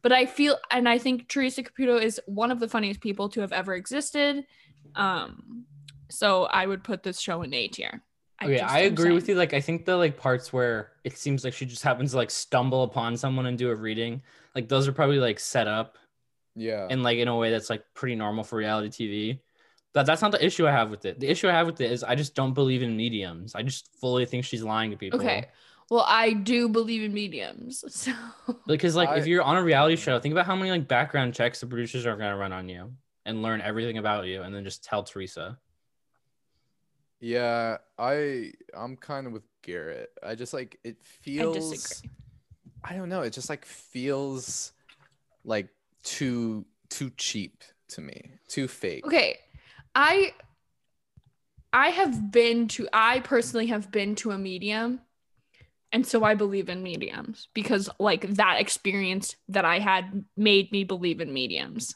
Speaker 1: but i feel and i think teresa caputo is one of the funniest people to have ever existed um so i would put this show in a tier
Speaker 2: Okay, I agree with you. Like, I think the like parts where it seems like she just happens to like stumble upon someone and do a reading, like those are probably like set up
Speaker 3: Yeah.
Speaker 2: and like in a way that's like pretty normal for reality TV. But that's not the issue I have with it. The issue I have with it is I just don't believe in mediums. I just fully think she's lying to people.
Speaker 1: okay well i do believe in mediums so
Speaker 2: Because like if
Speaker 3: I-
Speaker 2: you're on a reality show, think about how many like background checks the producers are gonna run on you and learn everything about you and then just tell Teresa.
Speaker 3: Yeah, I I'm kind of with Garrett. I just like it
Speaker 1: i
Speaker 3: feels
Speaker 1: disagree
Speaker 3: I don't know. It just like feels like too too cheap to me, too fake.
Speaker 1: okay i i have been to i personally have been to a medium and so i believe in mediums because like that experience that i had made me believe in mediums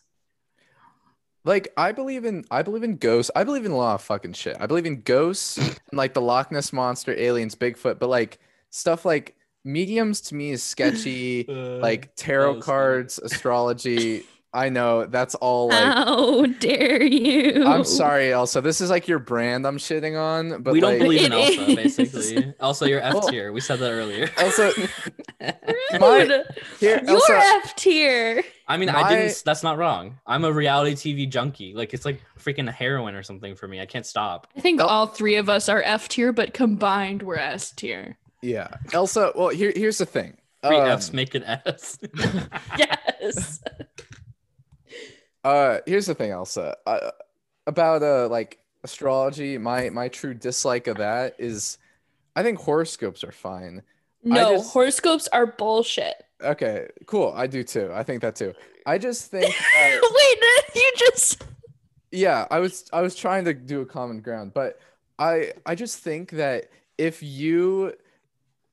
Speaker 3: Like I believe in I believe in ghosts. I believe in a lot of fucking shit. I believe in ghosts and like the Loch Ness monster, aliens, Bigfoot, but like stuff like mediums to me is sketchy. like tarot
Speaker 2: was funny.
Speaker 3: cards, astrology, I know that's all like
Speaker 1: How dare you?
Speaker 3: I'm sorry, Elsa. This is like your brand I'm shitting on, but
Speaker 2: we don't
Speaker 3: like,
Speaker 2: believe in
Speaker 1: It
Speaker 2: Elsa,
Speaker 1: is.
Speaker 2: basically. Elsa, you're F
Speaker 3: Well-
Speaker 2: tier. We said that earlier.
Speaker 3: Elsa.
Speaker 1: Rude.
Speaker 3: My, here,
Speaker 1: You're
Speaker 3: Elsa,
Speaker 1: F tier.
Speaker 2: I mean,
Speaker 3: My-
Speaker 2: I didn't. That's not wrong. I'm a reality TV junkie. Like it's like freaking heroin or something for me. I can't stop.
Speaker 1: I think
Speaker 3: Oh.
Speaker 1: all three of us are F tier, but combined we're S tier.
Speaker 3: yeah, Elsa. Well, here, here's the thing.
Speaker 2: Three
Speaker 3: Um,
Speaker 2: Fs make an S.
Speaker 1: Yes.
Speaker 3: uh here's the thing elsa uh, about uh like astrology my my true dislike of that is i think horoscopes are fine
Speaker 1: No,
Speaker 3: just-
Speaker 1: horoscopes are bullshit.
Speaker 3: okay cool i do too i think that too i just think uh,
Speaker 1: Wait, you just
Speaker 3: yeah i was i was trying to do a common ground but i i just think that if you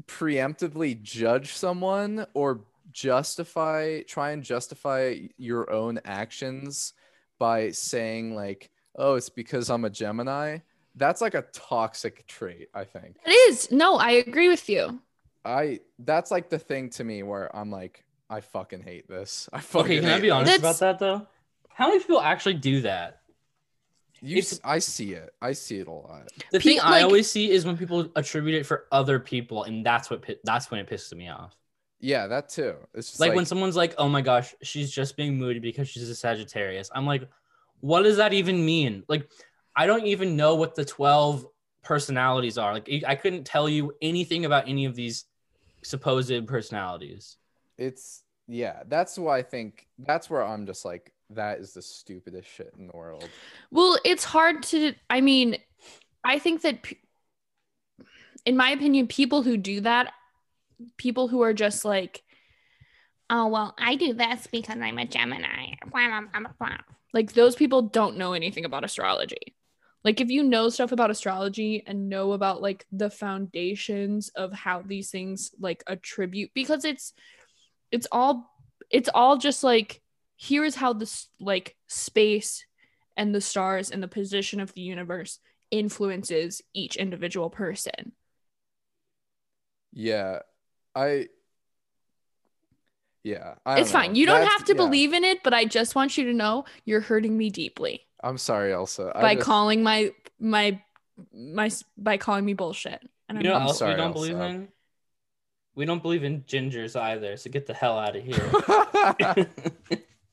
Speaker 3: preemptively judge someone or justify try and justify your own actions by saying like oh it's because i'm a gemini that's like a toxic trait i think
Speaker 1: It is. No, I agree with you.
Speaker 3: i that's like the thing to me where i'm like i fucking hate this i
Speaker 2: okay,
Speaker 3: fucking
Speaker 2: can I
Speaker 3: hate
Speaker 2: be honest
Speaker 1: That's-
Speaker 2: about that though? How many people actually do that?
Speaker 3: this. you
Speaker 2: It's-
Speaker 3: s- i see it i see it a lot
Speaker 2: The
Speaker 1: Pe-
Speaker 2: thing I
Speaker 1: like-
Speaker 2: always see is when people attribute it for other people, and that's what pi- that's when it pisses me off.
Speaker 3: yeah that too it's just
Speaker 2: Like, when someone's like, "Oh my gosh, she's just being moody because she's a Sagittarius." I'm like, what does that even mean? Like, I don't even know what the twelve personalities are. Like, e, I- I couldn't tell you anything about any of these supposed personalities.
Speaker 3: it's yeah that's why i think that's where i'm just like that is the stupidest shit in the world
Speaker 1: Well, it's hard to. I mean, I think that, p- in my opinion, people who do that, people who are just like,
Speaker 6: oh well i do this because i'm a gemini blah, blah, blah, blah, blah.
Speaker 1: like those people don't know anything about astrology. Like, if you know stuff about astrology and know about like the foundations of how these things like attribute, because it's, it's all, it's all just like, here is how this like space and the stars and the position of the universe influences each individual person.
Speaker 3: yeah i yeah I
Speaker 1: It's
Speaker 3: don't
Speaker 1: fine.
Speaker 3: know.
Speaker 1: You don't
Speaker 3: That's-
Speaker 1: have to
Speaker 3: yeah.
Speaker 1: believe in it, but I just want you to know you're hurting me deeply
Speaker 3: i'm sorry elsa I
Speaker 1: by
Speaker 3: just-
Speaker 1: calling my my my s- by calling me bullshit. And
Speaker 2: You
Speaker 1: I'm
Speaker 2: know, what
Speaker 3: I'm
Speaker 2: else
Speaker 3: sorry,
Speaker 2: we don't
Speaker 3: Elsa.
Speaker 2: believe in. We don't believe in gingers either. So get the hell out of here.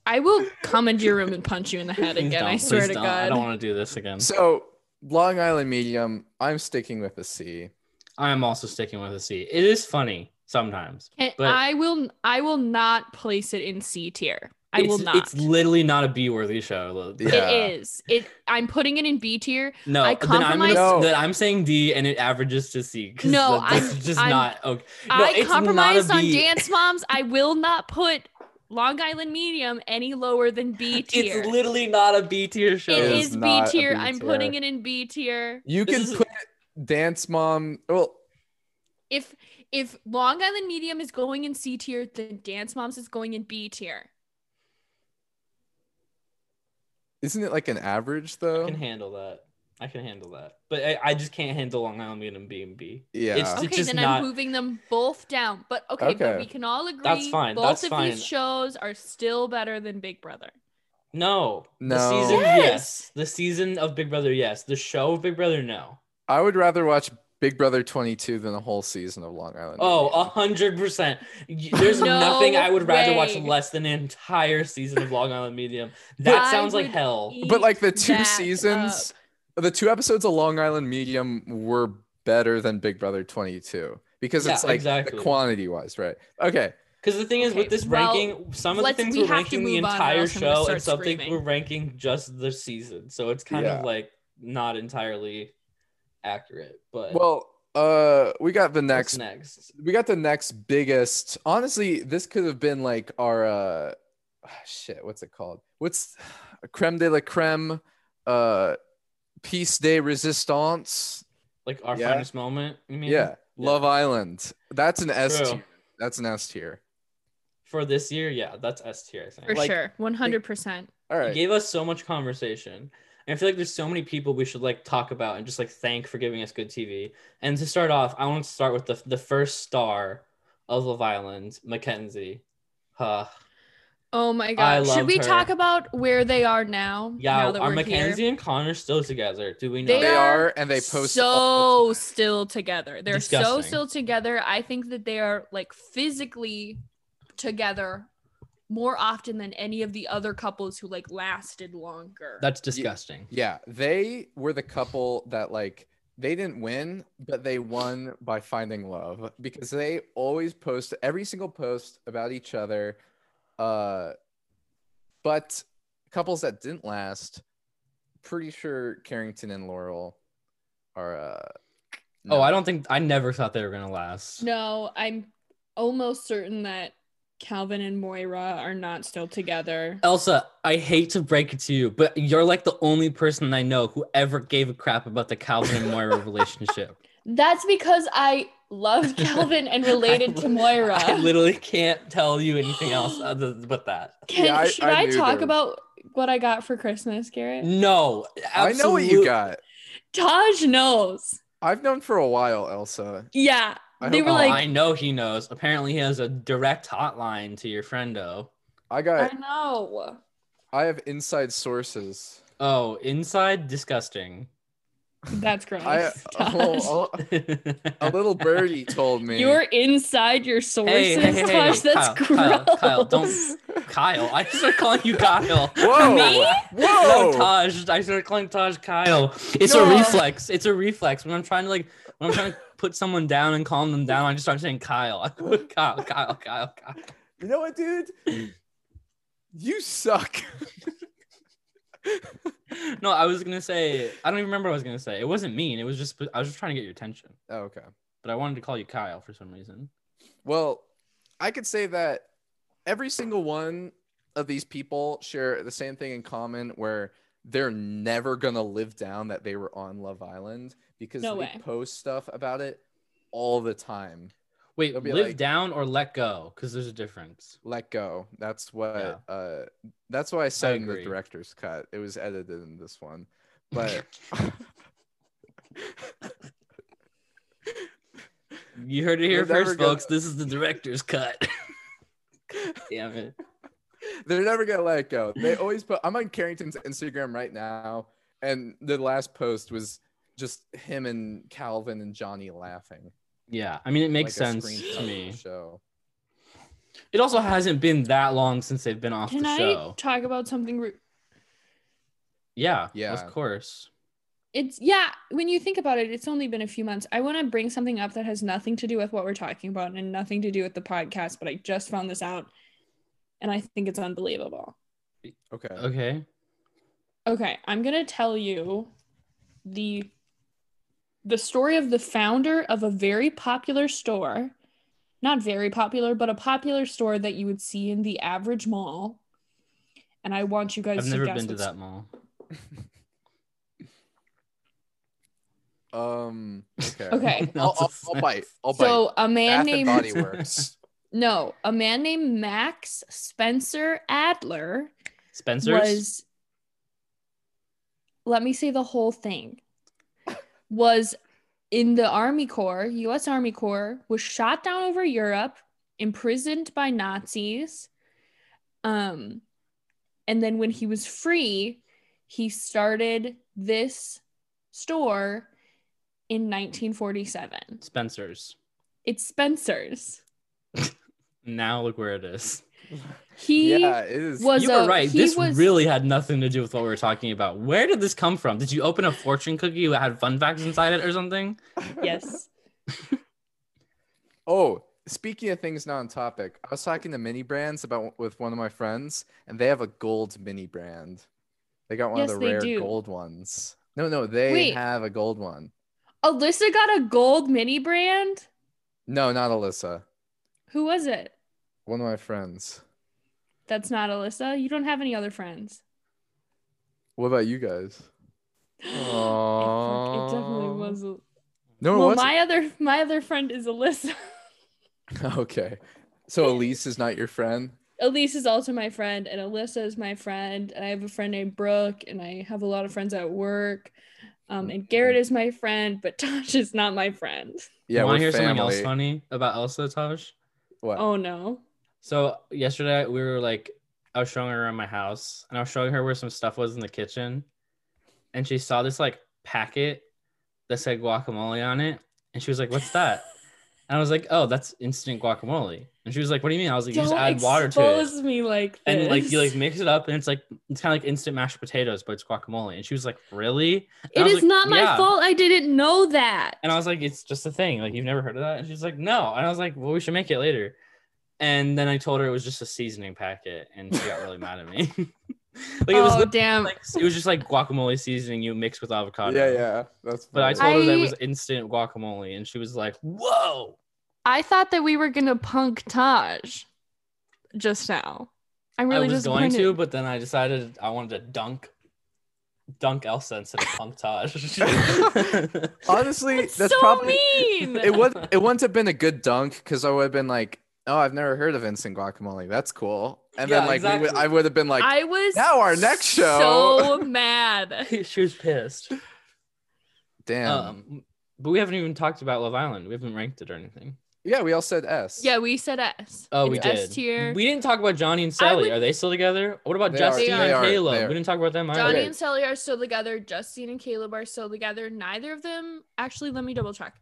Speaker 1: I will come into your room and punch you in the head
Speaker 2: Please
Speaker 1: again. I
Speaker 2: don't,
Speaker 1: swear
Speaker 2: please
Speaker 1: to
Speaker 2: don't. I don't
Speaker 1: God.
Speaker 2: want to do this again.
Speaker 3: so long island medium i'm sticking with a c
Speaker 2: I am also sticking with a C. It is funny sometimes.
Speaker 1: And
Speaker 2: but-
Speaker 1: I will. I will not place it in C tier. I will
Speaker 2: It's-
Speaker 1: not.
Speaker 2: It's literally not a B worthy show.
Speaker 3: Yeah.
Speaker 1: It is. It. I'm putting it in B tier.
Speaker 2: No,
Speaker 1: I
Speaker 2: then I'm gonna,
Speaker 1: compromise-
Speaker 3: No.
Speaker 2: then I'm saying D and it averages to C. 'cause
Speaker 1: No,
Speaker 2: that- that's
Speaker 1: I'm-
Speaker 2: just
Speaker 1: I'm-
Speaker 2: not okay. No, it's
Speaker 1: I
Speaker 2: not a
Speaker 1: compromised on
Speaker 2: B.
Speaker 1: Dance Moms. I will not put Long Island Medium any lower than B tier.
Speaker 2: It's literally not a B tier show.
Speaker 1: It
Speaker 3: It is
Speaker 1: is B
Speaker 3: not a
Speaker 1: tier.
Speaker 3: B
Speaker 1: I'm
Speaker 3: tier.
Speaker 1: putting it in B tier.
Speaker 3: you
Speaker 2: This
Speaker 3: can
Speaker 2: is-
Speaker 3: put dance mom well
Speaker 1: If if Long Island Medium is going in C tier, then Dance Moms is going in B tier.
Speaker 3: isn't it like an average
Speaker 2: I
Speaker 3: though
Speaker 2: can handle that. I can handle that. But I, I just can't handle Long Island Medium and B and B.
Speaker 3: yeah
Speaker 2: It's
Speaker 1: Okay,
Speaker 2: just
Speaker 1: then
Speaker 2: not-
Speaker 1: I'm moving them both down. But okay, but
Speaker 3: Okay.
Speaker 1: we can all agree
Speaker 2: That's fine,
Speaker 1: both
Speaker 2: that's
Speaker 1: of
Speaker 2: fine.
Speaker 1: these shows are still better than Big Brother.
Speaker 2: No. The
Speaker 3: No.
Speaker 2: season,
Speaker 1: Yes.
Speaker 2: yes. The season of Big Brother, yes. The show of Big Brother, no.
Speaker 3: i would rather watch big brother 22 than a whole season of long island
Speaker 2: Oh,
Speaker 3: Medium.
Speaker 2: a hundred percent. Y- There's
Speaker 1: No
Speaker 2: nothing I would rather watch
Speaker 1: way.
Speaker 2: less than an entire season of Long Island Medium. That
Speaker 1: I
Speaker 2: sounds like
Speaker 1: would
Speaker 2: hell.
Speaker 1: eat
Speaker 3: but like the two
Speaker 1: that uh,
Speaker 3: seasons
Speaker 1: up.
Speaker 3: the two episodes of long island medium were better than big brother 22 because it's
Speaker 2: Yeah,
Speaker 3: like
Speaker 2: exactly.
Speaker 3: the quantity wise right okay
Speaker 2: Because the thing is,
Speaker 1: Okay,
Speaker 2: with this
Speaker 1: well,
Speaker 2: ranking, some of the
Speaker 1: let's-
Speaker 2: things
Speaker 1: we
Speaker 2: we're
Speaker 1: have to
Speaker 2: ranking the
Speaker 1: move on or
Speaker 2: entire
Speaker 1: else I'm gonna
Speaker 2: show,
Speaker 1: start
Speaker 2: and some things
Speaker 1: screaming.
Speaker 2: we're ranking just the season. So it's kind
Speaker 3: Yeah.
Speaker 2: of like not entirely accurate. But
Speaker 3: well uh we got the
Speaker 2: what's
Speaker 3: next
Speaker 2: next?
Speaker 3: we got the next biggest honestly this could have been like our uh shit what's it called what's creme de la creme uh peace de resistance
Speaker 2: Like our
Speaker 3: Yeah.
Speaker 2: finest moment. You mean?
Speaker 3: yeah love island that's an s
Speaker 2: True.
Speaker 3: tier that's an s tier
Speaker 2: For this year, yeah, that's S tier. I think.
Speaker 1: For
Speaker 3: Like-
Speaker 1: sure. 100%.
Speaker 3: all
Speaker 2: You
Speaker 3: right
Speaker 2: gave us so much conversation. And I feel like there's so many people we should like talk about and just like thank for giving us good TV. And to start off, I want to start with the the first star of Love Island, Mackenzie. Huh.
Speaker 1: Oh my
Speaker 2: I
Speaker 1: god.
Speaker 2: love
Speaker 1: Should we
Speaker 2: her.
Speaker 1: talk about where they are now?
Speaker 2: Yeah,
Speaker 1: now that
Speaker 2: are
Speaker 1: we're here?
Speaker 2: Mackenzie and Connor still together? Do we know?
Speaker 1: They
Speaker 3: They
Speaker 1: are
Speaker 3: are, and they post.
Speaker 1: so
Speaker 3: all the time.
Speaker 1: still together. They're so
Speaker 2: Disgusting.
Speaker 1: still together. I think that they are like physically together more often than any of the other couples who like lasted longer.
Speaker 2: That's disgusting.
Speaker 3: Yeah, they were the couple that like they didn't win, but they won by finding love because they always post every single post about each other. Uh, but couples that didn't last, pretty sure Carrington and Laurel are. Uh,
Speaker 2: Oh,
Speaker 3: no.
Speaker 2: I don't think I never thought they were gonna last.
Speaker 1: no, I'm almost certain that Calvin and Moira are not still together.
Speaker 2: Elsa, I hate to break it to you, but you're like the only person I know who ever gave a crap about the Calvin and Moira relationship.
Speaker 1: That's because I loved Calvin and related to Moira.
Speaker 2: I literally can't tell you anything else other th- but that.
Speaker 1: Can,
Speaker 3: Yeah, I-
Speaker 1: should
Speaker 3: I
Speaker 1: I,
Speaker 3: knew
Speaker 1: talk
Speaker 3: there was-
Speaker 1: about what I got for Christmas, Garrett?
Speaker 2: No,
Speaker 3: I know what you
Speaker 2: absolute-
Speaker 3: got.
Speaker 1: Taj knows.
Speaker 3: I've known for a while, Elsa.
Speaker 1: Yeah.
Speaker 3: I
Speaker 1: they
Speaker 3: hope
Speaker 1: were
Speaker 2: Oh,
Speaker 3: not.
Speaker 1: like,
Speaker 2: I know he knows. Apparently, he has a direct hotline to your friendo.
Speaker 3: I got.
Speaker 1: I know.
Speaker 3: I have inside sources.
Speaker 2: Oh, inside disgusting.
Speaker 1: That's gross.
Speaker 3: I uh,
Speaker 1: Taj.
Speaker 3: oh, oh, a little birdie told me.
Speaker 1: You're inside your sources,
Speaker 2: Hey, hey, hey,
Speaker 1: Taj. That's
Speaker 2: Kyle,
Speaker 1: gross.
Speaker 2: Kyle, Kyle, don't- Kyle. I started calling you Kyle.
Speaker 3: Whoa!
Speaker 1: Me?
Speaker 3: Whoa!
Speaker 2: No, Taj. I started calling Taj Kyle. It's
Speaker 3: No.
Speaker 2: a reflex. It's a reflex. When I'm trying to like, when I'm trying to put someone down and calm them down, I just start saying Kyle. I go, Kyle, Kyle, Kyle, Kyle.
Speaker 3: You know what, dude? you suck.
Speaker 2: No, I was gonna say. I don't even remember what I was gonna say. It wasn't mean. It was just. I was just trying to get your attention.
Speaker 3: Oh, okay.
Speaker 2: But I wanted to call you Kyle for some reason.
Speaker 3: Well, I could say that every single one of these people share the same thing in common where they're never going to live down that they were on Love Island because
Speaker 1: No
Speaker 3: they
Speaker 1: way.
Speaker 3: post stuff about it all the time.
Speaker 2: Wait,
Speaker 3: It'll be
Speaker 2: live
Speaker 3: like-
Speaker 2: down or let go? Because there's a difference.
Speaker 3: Let go. That's what uh that's what I said in the
Speaker 2: agree.
Speaker 3: director's cut. It was edited in this one. But
Speaker 2: You heard it here
Speaker 3: You're never
Speaker 2: 1st
Speaker 3: gonna-
Speaker 2: folks. This is the director's cut. God Damn it.
Speaker 3: They're never gonna let it go. They always put. I'm on Carrington's Instagram right now, and the last post was just him and Calvin and Johnny laughing.
Speaker 2: Yeah, I mean it makes
Speaker 3: like a
Speaker 2: sense
Speaker 3: screenshot
Speaker 2: to
Speaker 3: of the
Speaker 2: me.
Speaker 3: Show.
Speaker 2: It also hasn't been that long since they've been off
Speaker 1: Can
Speaker 2: the
Speaker 1: I
Speaker 2: show.
Speaker 1: talk about something? Re-
Speaker 2: Yeah, yeah,
Speaker 3: Yeah.
Speaker 2: of course.
Speaker 1: it's yeah. When you think about it, it's only been a few months. I want to bring something up that has nothing to do with what we're talking about and nothing to do with the podcast. But I just found this out, and I think it's unbelievable.
Speaker 3: Okay.
Speaker 2: Okay.
Speaker 1: Okay, I'm gonna tell you the the story of the founder of a very popular store, not very popular, but a popular store that you would see in the average mall. And I want you guys
Speaker 2: I've
Speaker 1: to
Speaker 2: never
Speaker 1: guess
Speaker 2: been to
Speaker 1: what's-
Speaker 2: that mall.
Speaker 3: Um. Okay.
Speaker 1: Okay.
Speaker 3: I'll, I'll, I'll bite. I'll bite.
Speaker 1: So a man
Speaker 3: Bath and
Speaker 1: named
Speaker 3: Body Works.
Speaker 1: no, a man named Max Spencer Adler
Speaker 2: Spencer's
Speaker 1: was let me say the whole thing was in the army corps us army corps was shot down over europe imprisoned by nazis um and then when he was free he started this store in 1947
Speaker 2: Spencer's.
Speaker 1: it's spencer's
Speaker 2: Now look where it is.
Speaker 1: he
Speaker 3: yeah, it is.
Speaker 1: was-
Speaker 2: you were
Speaker 1: a-
Speaker 2: right.
Speaker 1: he
Speaker 2: This
Speaker 1: was-
Speaker 2: really had nothing to do with what we were talking about. Where did this come from? Did you open a fortune cookie that had fun facts inside it or something?
Speaker 1: yes
Speaker 3: Oh, speaking of things not on topic, I was talking to mini brands about with one of my friends, and they have a gold mini brand. They got one
Speaker 1: Yes,
Speaker 3: of the
Speaker 1: they
Speaker 3: rare
Speaker 1: do.
Speaker 3: gold ones. No, no, they
Speaker 1: Wait.
Speaker 3: have a gold one.
Speaker 1: alyssa got a gold mini brand
Speaker 3: No, not Alyssa.
Speaker 1: who was it
Speaker 3: One of my friends.
Speaker 1: That's not Alyssa. You don't have any other friends.
Speaker 3: What about you guys?
Speaker 1: It fuck- it definitely
Speaker 3: Aw.
Speaker 1: was. Al-
Speaker 3: No,
Speaker 1: Well,
Speaker 3: it wasn't.
Speaker 1: my other my other friend is Alyssa.
Speaker 3: Okay. So Elise is not your friend.
Speaker 1: Elise is also my friend, and Alyssa is my friend, and I have a friend named Brooke, and I have a lot of friends at work. Um, and Garrett is my friend, but Tosh is not my friend.
Speaker 3: Yeah,
Speaker 2: you
Speaker 3: we're
Speaker 2: want to hear
Speaker 3: family.
Speaker 2: something else funny about Elsa Taj?
Speaker 3: What?
Speaker 1: Oh no.
Speaker 2: So yesterday we were like I was showing her around my house and I was showing her where some stuff was in the kitchen. And she saw this like packet that said guacamole on it. And she was like, What's that? and I was like, Oh, that's instant guacamole. And she was like, What do you mean? I was like, You just add water to it.
Speaker 5: expose me like this.
Speaker 2: And like you like mix it up and it's like it's kind of like instant mashed potatoes, but it's guacamole. And she was like, Really? And I
Speaker 1: It
Speaker 2: was
Speaker 1: is
Speaker 2: like,
Speaker 1: not my
Speaker 2: "Yeah."
Speaker 1: fault. I didn't know that.
Speaker 2: And I was like, it's just a thing. Like, you've never heard of that? And she's like, no. And I was like, well, we should make it later. And then I told her it was just a seasoning packet, and she got really mad at me. like it was,
Speaker 1: oh
Speaker 2: lit-
Speaker 1: damn!
Speaker 2: like, it was just like guacamole seasoning you mix with avocado.
Speaker 3: yeah, yeah. That's
Speaker 2: But I
Speaker 3: funny.
Speaker 2: told her that
Speaker 1: I-
Speaker 2: was instant guacamole, and she was like, whoa.
Speaker 1: I thought that we were gonna punk Taj just now. I'm really
Speaker 2: I was going
Speaker 1: disappointed.
Speaker 2: to, but then I decided I wanted to dunk, dunk Elsa instead of punk Taj.
Speaker 3: Honestly, that's,
Speaker 1: so
Speaker 3: probably
Speaker 1: mean.
Speaker 3: it would it wouldn't have been a good dunk because I would have been like, oh, I've never heard of instant guacamole. That's cool. And
Speaker 2: Yeah,
Speaker 3: then like we would,
Speaker 2: exactly.
Speaker 3: I would have been like,
Speaker 1: I was
Speaker 3: now our next
Speaker 1: so
Speaker 3: show.
Speaker 1: mad.
Speaker 2: she was pissed.
Speaker 3: damn.
Speaker 2: Um, but we haven't even talked about Love Island. We haven't ranked it or anything.
Speaker 3: yeah, we all said S.
Speaker 1: Yeah, we said S.
Speaker 2: Oh,
Speaker 1: it's
Speaker 2: we did.
Speaker 1: S tier.
Speaker 2: We didn't talk about Johnny and Sally.
Speaker 1: would-
Speaker 2: Are they still together? What about
Speaker 3: They are,
Speaker 2: Justine
Speaker 1: they
Speaker 2: and
Speaker 3: are,
Speaker 2: Caleb?
Speaker 3: they are.
Speaker 2: We didn't talk about them either.
Speaker 1: Johnny
Speaker 3: Okay.
Speaker 1: and Sally are still together. Justine and Caleb are still together. Neither of them actually. Let me double check.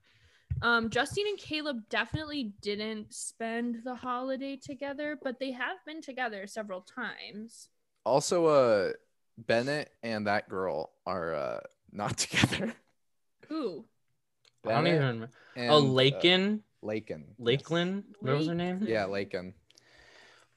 Speaker 1: Um, Justine and Caleb definitely didn't spend the holiday together, but they have been together several times.
Speaker 3: Also, uh, Bennett and that girl are uh not together.
Speaker 1: Ooh,
Speaker 2: I don't
Speaker 3: Bennett
Speaker 2: even remember.
Speaker 3: And,
Speaker 2: Oh,
Speaker 3: uh,
Speaker 2: Lakin,
Speaker 3: Lakin. yes.
Speaker 2: Lakeland. What was her name?
Speaker 3: Yeah, Lakin.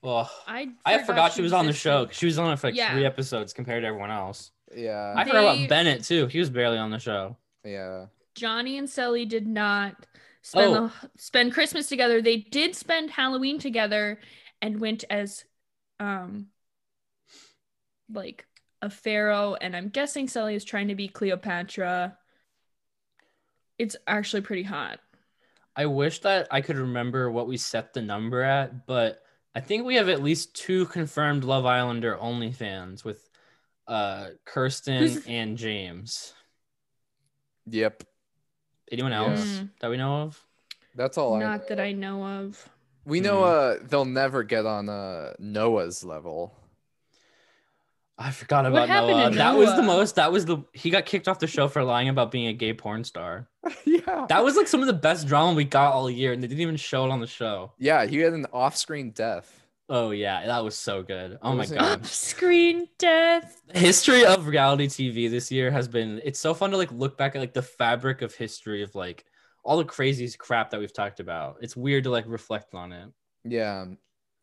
Speaker 2: Oh,
Speaker 1: I
Speaker 2: I forgot she was on the show. 'cause
Speaker 1: existed.
Speaker 2: She was on it for like
Speaker 1: Yeah.
Speaker 2: three episodes compared to everyone else.
Speaker 3: Yeah.
Speaker 2: I forgot
Speaker 1: They-
Speaker 2: about Bennett too. He was barely on the show.
Speaker 3: yeah.
Speaker 1: Johnny and Sally did not spend
Speaker 2: Oh.
Speaker 1: the, spend Christmas together. They did spend Halloween together and went as um like a pharaoh and I'm guessing Sally is trying to be Cleopatra. It's actually pretty hot.
Speaker 2: I wish that I could remember what we set the number at, but I think we have at least two confirmed Love Islander only fans with uh Kirsten
Speaker 1: Who's-
Speaker 2: and James.
Speaker 3: Yep.
Speaker 2: Anyone
Speaker 3: Yeah.
Speaker 2: else
Speaker 1: Mm.
Speaker 2: that we know of?
Speaker 3: That's all Oh, I
Speaker 1: Not that I know of.
Speaker 3: We know
Speaker 2: Hmm.
Speaker 3: uh they'll never get on uh Noah's level.
Speaker 2: I forgot
Speaker 1: What
Speaker 2: about
Speaker 1: happened
Speaker 2: Noah.
Speaker 1: to
Speaker 2: That was the
Speaker 1: Noah?
Speaker 2: most. That was the he got kicked off the show for lying about being a gay porn star.
Speaker 3: yeah.
Speaker 2: That was like some of the best drama we got all year, and they didn't even show it on the show.
Speaker 3: Yeah, he had an off-screen death.
Speaker 2: Oh yeah, that was so good. Oh
Speaker 3: It
Speaker 2: my
Speaker 3: was a-
Speaker 2: god.
Speaker 1: Screen death.
Speaker 2: History of reality TV this year has been it's so fun to like look back at like the fabric of history of like all the craziest crap that we've talked about. It's weird to like reflect on it.
Speaker 3: Yeah.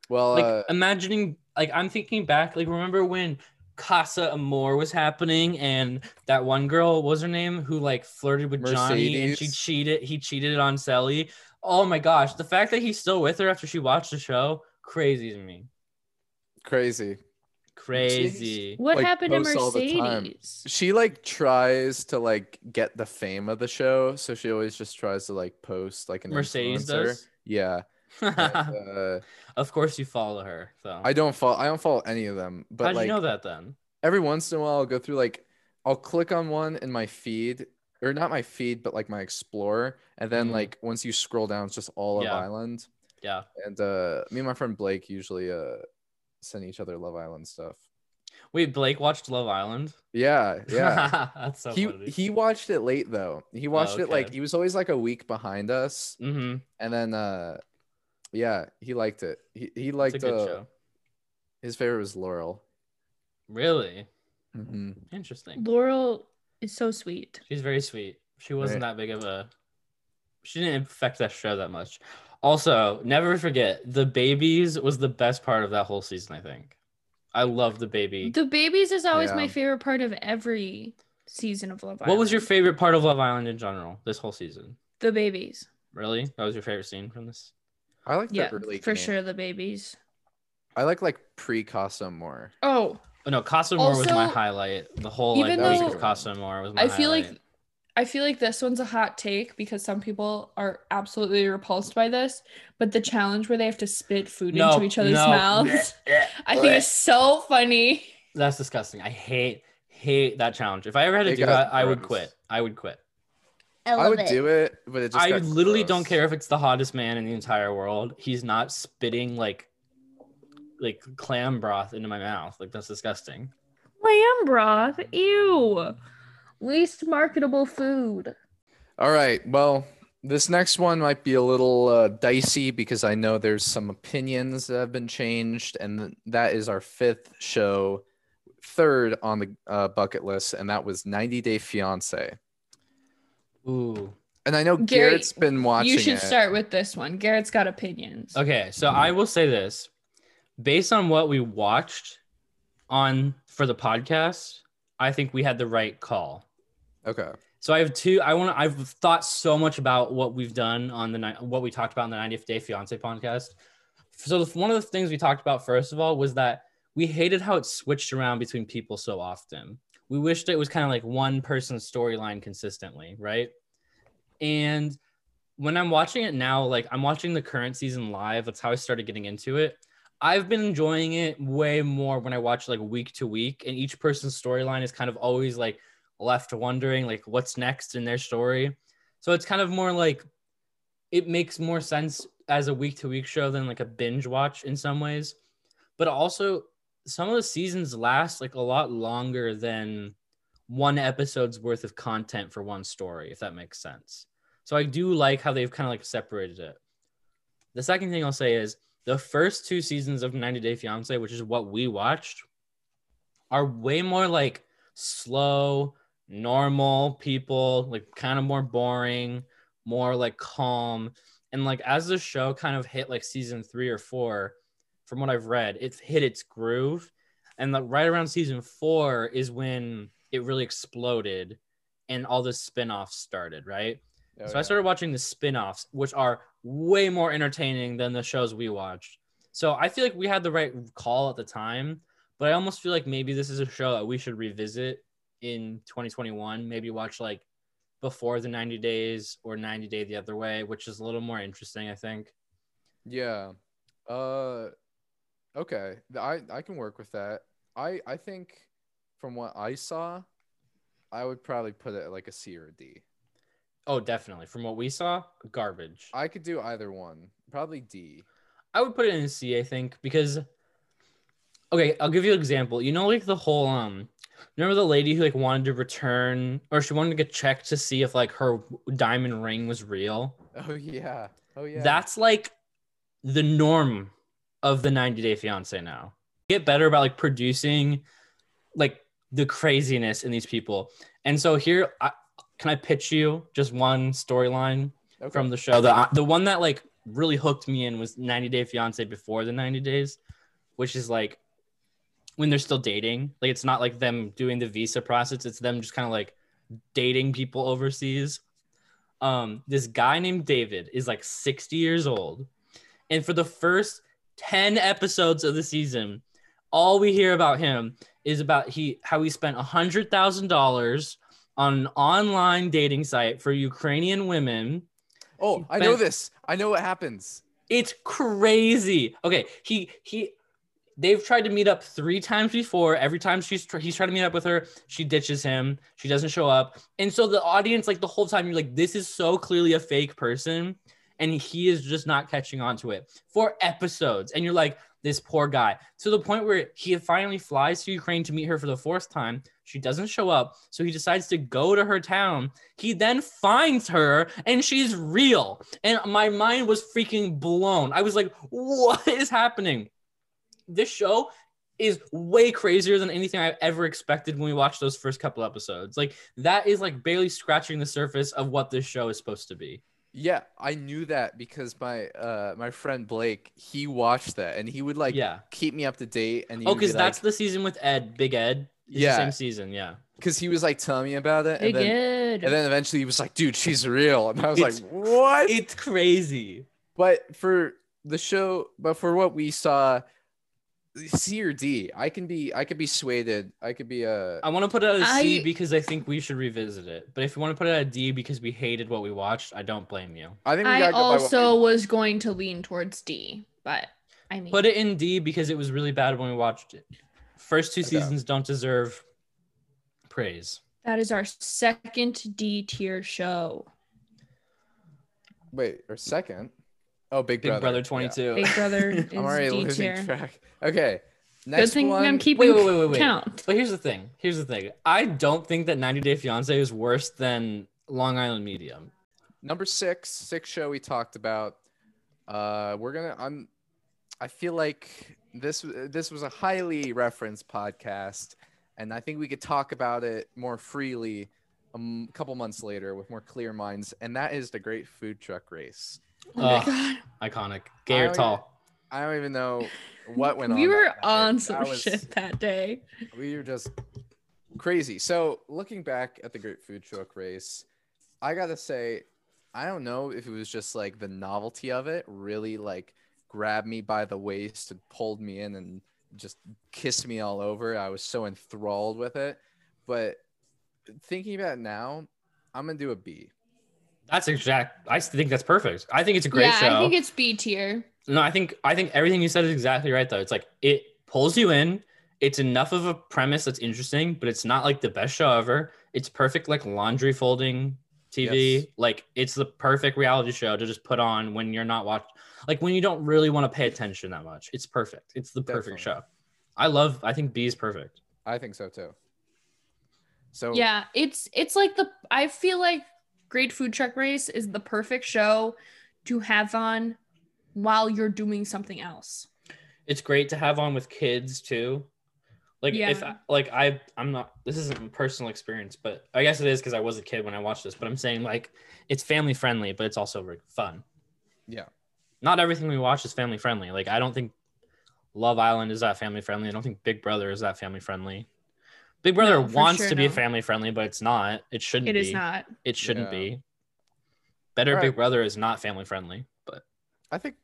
Speaker 3: Well,
Speaker 2: like
Speaker 3: uh,
Speaker 2: imagining like i'm thinking back like remember when casa amor was happening and that one girl what was her name who like flirted with johnny and she
Speaker 3: Mercedes.
Speaker 2: cheated he cheated on sally oh my gosh the fact that he's still with her after she watched the show crazy to me
Speaker 3: crazy.
Speaker 2: crazy
Speaker 1: What
Speaker 3: Like,
Speaker 1: happened to
Speaker 3: posts all the time.
Speaker 1: Mercedes?
Speaker 3: She like tries to like get the fame of the show, so she always just tries to like post like an
Speaker 2: mercedes
Speaker 3: influencer.
Speaker 2: does
Speaker 3: Yeah. and, uh,
Speaker 2: of course you follow her though
Speaker 3: I don't follow. I don't follow any of them, but
Speaker 2: how'd
Speaker 3: like
Speaker 2: you know that then
Speaker 3: every once in a while, I'll go through like I'll click on one in my feed, or not my feed, but like my Explorer, and then
Speaker 2: Mm.
Speaker 3: like once you scroll down, it's just all of
Speaker 2: Yeah.
Speaker 3: Island.
Speaker 2: yeah
Speaker 3: And uh, me and my friend Blake usually uh send each other Love Island stuff.
Speaker 2: wait blake watched love island
Speaker 3: Yeah, yeah.
Speaker 2: that's so
Speaker 3: he
Speaker 2: funny
Speaker 3: he watched it late though. He watched it like
Speaker 2: okay.
Speaker 3: he was always like a week behind us,
Speaker 2: mm-hmm.
Speaker 3: and then uh, yeah, he liked it. He he
Speaker 2: it's a
Speaker 3: liked
Speaker 2: good
Speaker 3: uh,
Speaker 2: show
Speaker 3: his favorite was Laurel.
Speaker 2: really
Speaker 3: hmm
Speaker 2: interesting
Speaker 1: Laurel is so sweet.
Speaker 2: She's very sweet. She wasn't that big of a. She didn't affect that show that much. Also, never forget the babies was the best part of that whole season. I think I love the baby.
Speaker 1: The babies is always
Speaker 3: Yeah.
Speaker 1: my favorite part of every season of Love Island.
Speaker 2: what was your favorite part of Love Island in general this whole season?
Speaker 1: The babies.
Speaker 2: Really, that was your favorite scene from this.
Speaker 3: I like
Speaker 1: Yeah,
Speaker 3: that really
Speaker 1: for sure the babies.
Speaker 3: I like like pre Casa more.
Speaker 1: Oh,
Speaker 2: Oh, no, Casa Amor was my
Speaker 1: Also,
Speaker 2: highlight. The whole like
Speaker 1: even
Speaker 2: week
Speaker 1: though-
Speaker 2: of Casa Amor was my.
Speaker 1: I feel like
Speaker 2: highlight.
Speaker 1: I feel like this one's a hot take because some people are absolutely repulsed by this, but the challenge where they have to spit food
Speaker 2: No,
Speaker 1: into each other's
Speaker 2: no.
Speaker 1: mouths, I think is so funny.
Speaker 2: that's disgusting. I hate hate that challenge. If I ever had to
Speaker 3: It
Speaker 2: do
Speaker 3: got
Speaker 2: that, I would
Speaker 3: gross.
Speaker 2: quit. I would quit.
Speaker 6: I love
Speaker 3: I would
Speaker 6: it.
Speaker 3: do it, but it just
Speaker 2: I
Speaker 3: got
Speaker 2: literally
Speaker 3: gross.
Speaker 2: don't care if it's the hottest man in the entire world. He's not spitting like like clam broth into my mouth. Like that's disgusting.
Speaker 1: Clam broth. Ew. Least marketable food.
Speaker 3: All right. Well, this next one might be a little uh, dicey because I know there's some opinions that have been changed, and th- that is our fifth show, third on the uh, bucket list, and that was 90 Day Fiance.
Speaker 2: Ooh.
Speaker 3: And I know
Speaker 5: Gary,
Speaker 3: Garrett, has been watching.
Speaker 5: you should
Speaker 3: it.
Speaker 5: start with this one. Garrett's got opinions.
Speaker 2: Okay, so
Speaker 3: Mm-hmm.
Speaker 2: I will say this, based on what we watched on for the podcast, I think we had the right call.
Speaker 3: Okay.
Speaker 2: So I have two. I want to. I've thought so much about what we've done on the ni- what we talked about in the 90th Day Fiance podcast. So the, one of the things we talked about first of all was that we hated how it switched around between people so often. We wished it was kind of like one person's storyline consistently, right? And when I'm watching it now, like I'm watching the current season live. That's how I started getting into it. I've been enjoying it way more when I watch like week to week, and each person's storyline is kind of always like left wondering like what's next in their story. So it's kind of more like it makes more sense as a week to week show than like a binge watch in some ways. But also some of the seasons last like a lot longer than one episode's worth of content for one story, if that makes sense. So I do like how they've kind of like separated it. The second thing I'll say is the first two seasons of 90 Day Fiance, which is what we watched, are way more like slow, normal people, like kind of more boring, more like calm. And like as the show kind of hit like season three or four, from what I've read, it's hit its groove. And like right around season four is when it really exploded and all the spin-offs started, right?
Speaker 3: Oh,
Speaker 2: so
Speaker 3: yeah.
Speaker 2: I started watching the spin-offs, which are way more entertaining than the shows we watched. So I feel like we had the right call at the time, but I almost feel like maybe this is a show that we should revisit in 2021. Maybe watch like before the 90 days or 90 day the other way, which is a little more interesting, I think.
Speaker 3: Yeah. Uh okay. Th- I I can work with that. I I think from what I saw, I would probably put it at like a C or a D.
Speaker 2: Oh, definitely. From what we saw, garbage.
Speaker 3: I could do either one. Probably D.
Speaker 2: I would put it in a C, I think, because okay, I'll give you an example. You know, like the whole um remember the lady who like wanted to return or she wanted to get checked to see if like her diamond ring was real?
Speaker 3: Oh yeah. Oh yeah.
Speaker 2: That's like the norm of the 90 Day Fiance now. Get better about like producing like the craziness in these people. And so here I can I pitch you just one storyline
Speaker 3: okay.
Speaker 2: from the show. The uh, the one that like really hooked me in was 90 Day Fiance before the 90 days, which is like when they're still dating. Like it's not like them doing the visa process, it's them just kind of like dating people overseas. Um this guy named David is like 60 years old. And for the first 10 episodes of the season, all we hear about him is about he how he spent a hundred thousand dollars on an online dating site for Ukrainian women
Speaker 3: Oh, I know
Speaker 2: Ben-
Speaker 3: this. I know what happens.
Speaker 2: it's crazy. Okay, he he they've tried to meet up 3 times before. Every time she's tr- he's trying to meet up with her, she ditches him. She doesn't show up. And so the audience like the whole time you're like this is so clearly a fake person and he is just not catching on to it for episodes. And you're like this poor guy to the point where he finally flies to Ukraine to meet her for the fourth time. She doesn't show up. So he decides to go to her town. He then finds her and she's real. And my mind was freaking blown. I was like, what is happening? This show is way crazier than anything I've ever expected when we watched those first couple episodes. Like, that is like barely scratching the surface of what this show is supposed to be.
Speaker 3: Yeah, I knew that because my uh my friend Blake, he watched that and he would like
Speaker 2: yeah.
Speaker 3: keep me up to date and he
Speaker 2: Oh,
Speaker 3: would be
Speaker 2: because that's
Speaker 3: like-
Speaker 2: the season with Ed, Big Ed. It's
Speaker 3: Yeah.
Speaker 2: The same season. Yeah.
Speaker 3: cuz he was like telling me about it
Speaker 5: Big
Speaker 3: and then
Speaker 5: Ed.
Speaker 3: and then eventually he was like, "Dude, she's real." And I was
Speaker 2: It's-
Speaker 3: like, "What?"
Speaker 2: It's crazy.
Speaker 3: But for the show, but for what we saw, C or D, I can be, I could be swayed. I could be uh, a.
Speaker 2: I want to put it at a C
Speaker 5: I-
Speaker 2: because I think we should revisit it. But if you want to put it at a D because we hated what we watched, I don't blame you.
Speaker 3: I think we
Speaker 5: I
Speaker 3: gotta go by what
Speaker 5: also
Speaker 3: we-
Speaker 5: was going to lean towards D, but I mean,
Speaker 2: Put it in D because it was really bad when we watched it. First two
Speaker 3: Okay.
Speaker 2: seasons don't deserve praise.
Speaker 5: that is our second D tier show.
Speaker 3: wait or second. Oh, Big,
Speaker 2: Big Brother, 22.
Speaker 5: Big Brother is
Speaker 3: Yeah. I'm already
Speaker 5: D
Speaker 3: losing
Speaker 5: tier.
Speaker 3: track. Okay. Next
Speaker 5: Good thing
Speaker 3: one.
Speaker 5: I'm keeping
Speaker 2: Wait, wait, wait, wait, wait.
Speaker 5: count.
Speaker 2: But here's the thing. Here's the thing. I don't think that 90 Day Fiance is worse than Long Island Medium.
Speaker 3: number six six show we talked about uh we're gonna i'm i feel like this this was a highly referenced podcast and i think we could talk about it more freely a m- couple months later with more clear minds and that is the great food truck race
Speaker 2: Oh my god. Iconic. Gay
Speaker 3: I-
Speaker 2: or tall.
Speaker 3: i don't even know what went on
Speaker 5: We
Speaker 3: that
Speaker 5: were
Speaker 3: night.
Speaker 5: on
Speaker 3: That
Speaker 5: some
Speaker 3: was-
Speaker 5: shit that day.
Speaker 3: we were just crazy. So looking back at the Great Food Truck Race, I gotta say, I don't know if it was just like the novelty of it really like grabbed me by the waist and pulled me in and just kissed me all over. I was so enthralled with it. But thinking about it now, I'm gonna do a B.
Speaker 2: That's exact. I think that's perfect. I think it's a great
Speaker 1: yeah,
Speaker 2: show.
Speaker 1: I think it's B tier.
Speaker 2: no, I think I think everything you said is exactly right though. It's like it pulls you in. It's enough of a premise that's interesting, but it's not like the best show ever. It's perfect like laundry folding TV.
Speaker 3: Yes.
Speaker 2: Like it's the perfect reality show to just put on when you're not watch like when you don't really want to pay attention that much. It's perfect. It's the perfect
Speaker 3: Definitely.
Speaker 2: show. I love I think B is perfect.
Speaker 3: I think so too. So
Speaker 1: Yeah, it's it's like the I feel like Great Food Truck Race is the perfect show to have on while you're doing something else.
Speaker 2: It's great to have on with kids too. Like if
Speaker 1: Yeah.
Speaker 2: like I I'm not this isn't a personal experience, but I guess it is because I was a kid when I watched this. But I'm saying like it's family friendly, but it's also like, fun.
Speaker 3: Yeah.
Speaker 2: Not everything we watch is family friendly. Like I don't think Love Island is that family friendly. I don't think Big Brother is that family friendly. Big Brother
Speaker 1: No, for
Speaker 2: wants
Speaker 1: sure
Speaker 2: to be
Speaker 1: not.
Speaker 2: family friendly, but it's not. It shouldn't
Speaker 5: It
Speaker 2: be.
Speaker 5: is not.
Speaker 2: It shouldn't
Speaker 3: Yeah.
Speaker 2: be. Better
Speaker 3: All
Speaker 2: Big
Speaker 3: right.
Speaker 2: Brother is not family friendly, but
Speaker 3: I think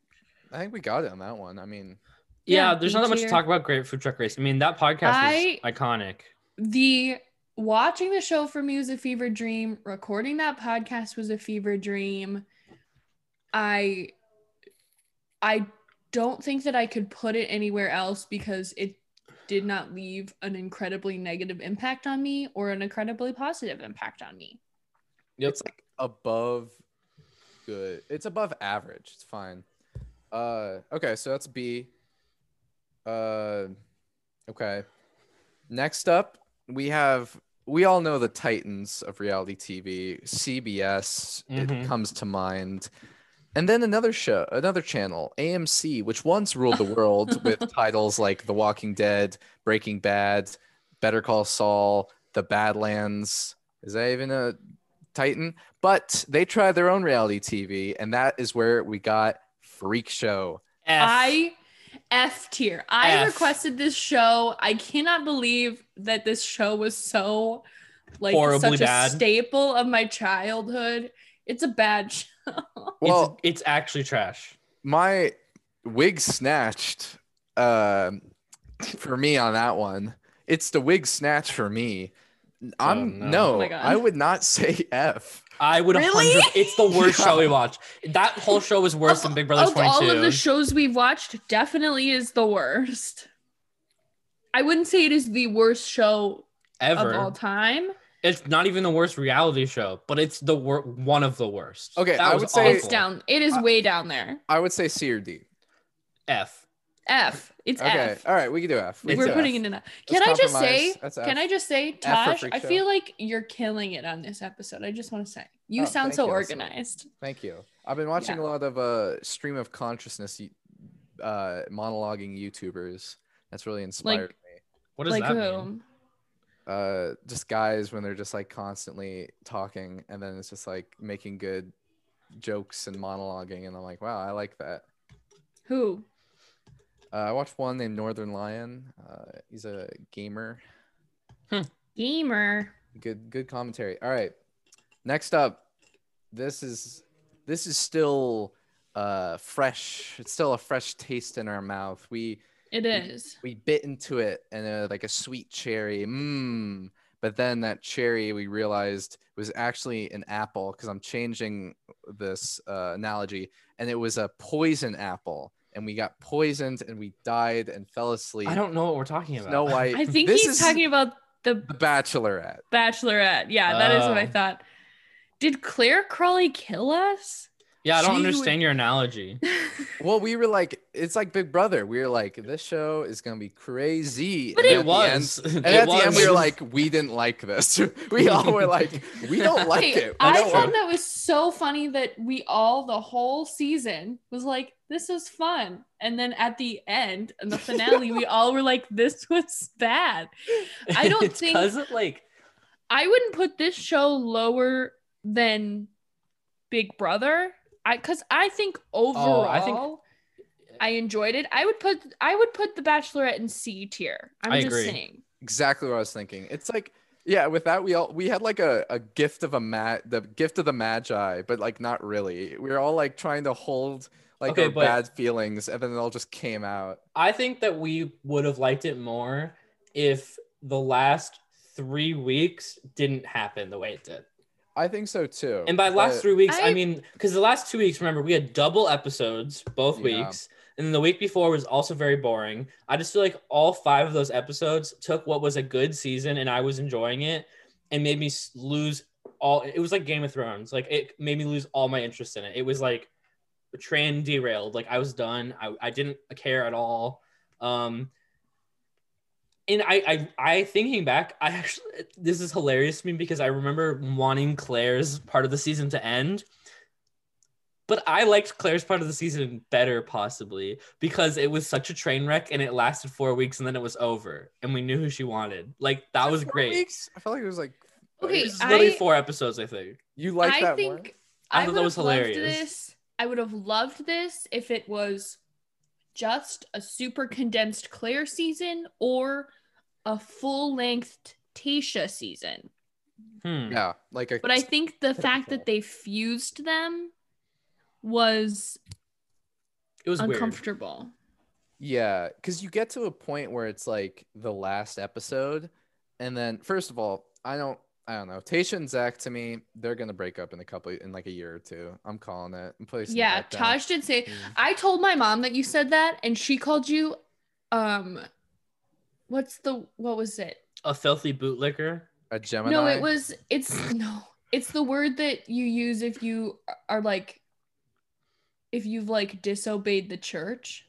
Speaker 3: I think we got it on that one. I mean,
Speaker 2: yeah,
Speaker 1: Yeah,
Speaker 2: there's not that much to
Speaker 1: B-tier.
Speaker 2: talk about Great Food Truck Race. I mean, that podcast
Speaker 1: I-
Speaker 2: is iconic.
Speaker 1: The watching the show for me was a fever dream. Recording that podcast was a fever dream. I I don't think that I could put it anywhere else because it did not leave an incredibly negative impact on me or an incredibly positive impact on me.
Speaker 2: Yep.
Speaker 3: It's like above good. It's above average. It's fine. Uh okay, so that's B. Uh okay. Next up, we have we all know the titans of reality TV, CBS.
Speaker 2: Mhm.
Speaker 3: It comes to mind. And then another show, another channel, AMC, which once ruled the world with titles like The Walking Dead, Breaking Bad, Better Call Saul, The Badlands. Is that even a Titan? But they tried their own reality TV, and that is where we got Freak Show.
Speaker 1: I F tier. I
Speaker 2: F.
Speaker 1: requested this show. I cannot believe that this show was so like
Speaker 2: Horribly
Speaker 1: such
Speaker 2: bad.
Speaker 1: a staple of my childhood. It's a bad show.
Speaker 3: Well,
Speaker 2: it's, it's actually trash.
Speaker 3: my wig snatched uh, for me on that one. It's the wig snatch for me. I'm
Speaker 2: Oh, no.
Speaker 3: no,
Speaker 2: Oh
Speaker 1: my God.
Speaker 3: I would not say F.
Speaker 2: I would
Speaker 1: Really?
Speaker 2: really? It's the worst
Speaker 3: Yeah.
Speaker 2: show we watched. That whole show was worse than Big Brother
Speaker 1: of
Speaker 2: 22.
Speaker 1: all of the shows we've watched, definitely is the worst. I wouldn't say it is the worst show
Speaker 2: ever.
Speaker 1: of all time.
Speaker 2: it's not even the worst reality show, but it's the wor- one of the worst.
Speaker 3: Okay,
Speaker 2: That
Speaker 3: I
Speaker 2: was
Speaker 3: would say-
Speaker 1: It's
Speaker 2: awful.
Speaker 1: down. It is
Speaker 3: Uh,
Speaker 1: way down there.
Speaker 3: I would say C or D.
Speaker 2: F.
Speaker 1: F. It's
Speaker 3: Okay,
Speaker 1: F.
Speaker 3: all right, we can do F. We
Speaker 2: It's
Speaker 3: can
Speaker 1: We're
Speaker 3: do
Speaker 1: putting
Speaker 3: F.
Speaker 1: it in. A-
Speaker 3: Let's
Speaker 1: can I just
Speaker 3: compromise.
Speaker 1: say?
Speaker 3: That's
Speaker 1: Can
Speaker 3: F.
Speaker 1: I just say,
Speaker 3: F for
Speaker 1: Tosh,
Speaker 3: Freak
Speaker 1: I
Speaker 3: Show.
Speaker 1: feel like you're killing it on this episode. I just want to say. You
Speaker 3: Oh,
Speaker 1: sound
Speaker 3: thank
Speaker 1: so
Speaker 3: you. That's-
Speaker 1: organized.
Speaker 3: Thank you. I've been watching a lot of uh stream of consciousness uh monologuing YouTubers. That's really inspired
Speaker 2: What does
Speaker 1: like
Speaker 2: that mean?
Speaker 1: whom?
Speaker 3: me. Uh just guys when they're just like constantly talking and then it's just like making good jokes and monologuing and I'm like, wow, I like that.
Speaker 1: Who?
Speaker 3: Uh, I watched one named Northern Lion. Uh, he's a gamer.
Speaker 6: Gamer.
Speaker 3: Good good commentary. All right. Next up, this is this is still uh fresh. It's still a fresh taste in our mouth. We
Speaker 1: It is.
Speaker 3: we bit into it and it was like a sweet cherry mmm but then that cherry we realized was actually an apple because i'm changing this uh, analogy and it was a poison apple and we got poisoned and we died and fell asleep
Speaker 2: I don't know what we're talking about.
Speaker 3: snow white
Speaker 1: I think
Speaker 3: this
Speaker 1: he's
Speaker 3: is
Speaker 1: talking about the
Speaker 3: the bachelorette
Speaker 1: Bachelorette. Yeah, that is what I
Speaker 2: Oh.
Speaker 1: thought. Did Claire Crawley kill us?
Speaker 2: yeah, I don't
Speaker 1: She would-
Speaker 2: understand your analogy.
Speaker 3: Well, we were like, it's like Big Brother. We were like, this show is gonna be crazy.
Speaker 1: But
Speaker 3: And
Speaker 2: it
Speaker 3: at the end-
Speaker 2: was.
Speaker 3: And at the end, we were like, we didn't like this. we all were like, we don't like
Speaker 1: Hey,
Speaker 3: it. We
Speaker 1: I
Speaker 3: don't
Speaker 1: thought
Speaker 3: like-
Speaker 1: that was so funny that we all the whole season was like, "This is fun," and then at the end and the finale, we all were like, "This was bad." I don't
Speaker 2: It's
Speaker 1: think-
Speaker 2: 'cause it, like
Speaker 1: I wouldn't put this show lower than Big Brother. I because I think overall,
Speaker 2: Oh, I
Speaker 1: I
Speaker 2: think-
Speaker 1: enjoyed it. I would put I would put The Bachelorette in C tier. I'm
Speaker 2: I
Speaker 1: just
Speaker 2: agree.
Speaker 1: saying.
Speaker 3: exactly what I was thinking. It's like, yeah, with that we all we had like a, a gift of a mat the gift of the magi, but like not really. We were all like trying to hold like
Speaker 2: Okay,
Speaker 3: our
Speaker 2: but-
Speaker 3: bad feelings, and then it all just came out.
Speaker 2: I think that we would have liked it more if the last three weeks didn't happen the way it did.
Speaker 3: I think so too.
Speaker 2: And by last
Speaker 3: but-
Speaker 2: three weeks, I,
Speaker 1: I-
Speaker 2: mean because the last two weeks, remember, we had double episodes both
Speaker 3: Yeah.
Speaker 2: weeks, and then the week before was also very boring. I just feel like all five of those episodes took what was a good season, and I was enjoying it, and made me s- lose all. It was like Game of Thrones. Like it made me lose all my interest in it. It was like a train derailed. Like I was done. I, I didn't care at all. Um, and I, I, I thinking back, I actually this is hilarious to me because I remember wanting Claire's part of the season to end, but I liked Claire's part of the season better possibly because it was such a train wreck and it lasted four weeks and then it was over and we knew who she wanted. Like that was
Speaker 3: Four
Speaker 2: great.
Speaker 3: weeks? I felt like it was like
Speaker 1: Okay,
Speaker 2: It's literally
Speaker 1: I-
Speaker 2: four episodes, I think.
Speaker 3: you like
Speaker 1: I
Speaker 3: that
Speaker 1: think
Speaker 3: more?
Speaker 2: I
Speaker 1: I,
Speaker 2: thought
Speaker 1: would
Speaker 2: that
Speaker 1: have
Speaker 2: was hilarious.
Speaker 1: Loved this. I would have loved this if it was just a super condensed Claire season or a full length Tasha season.
Speaker 2: Hmm.
Speaker 3: Yeah, like a
Speaker 1: But I think the fact that they fused them was,
Speaker 2: It was weird.
Speaker 1: uncomfortable.
Speaker 3: Yeah, because you get to a point where it's like the last episode, and then first of all, I don't, I don't know. Tasha and Zach to me, they're gonna break up in a couple in like a year or two. I'm calling it. I'm placing a
Speaker 1: Yeah,
Speaker 3: bet down.
Speaker 1: Taj did say
Speaker 3: Mm.
Speaker 1: I told my mom that you said that and she called you um what's the what was it?
Speaker 2: A filthy bootlicker.
Speaker 3: a Gemini.
Speaker 1: No, it was it's no. It's the word that you use if you are like if you've like disobeyed the church.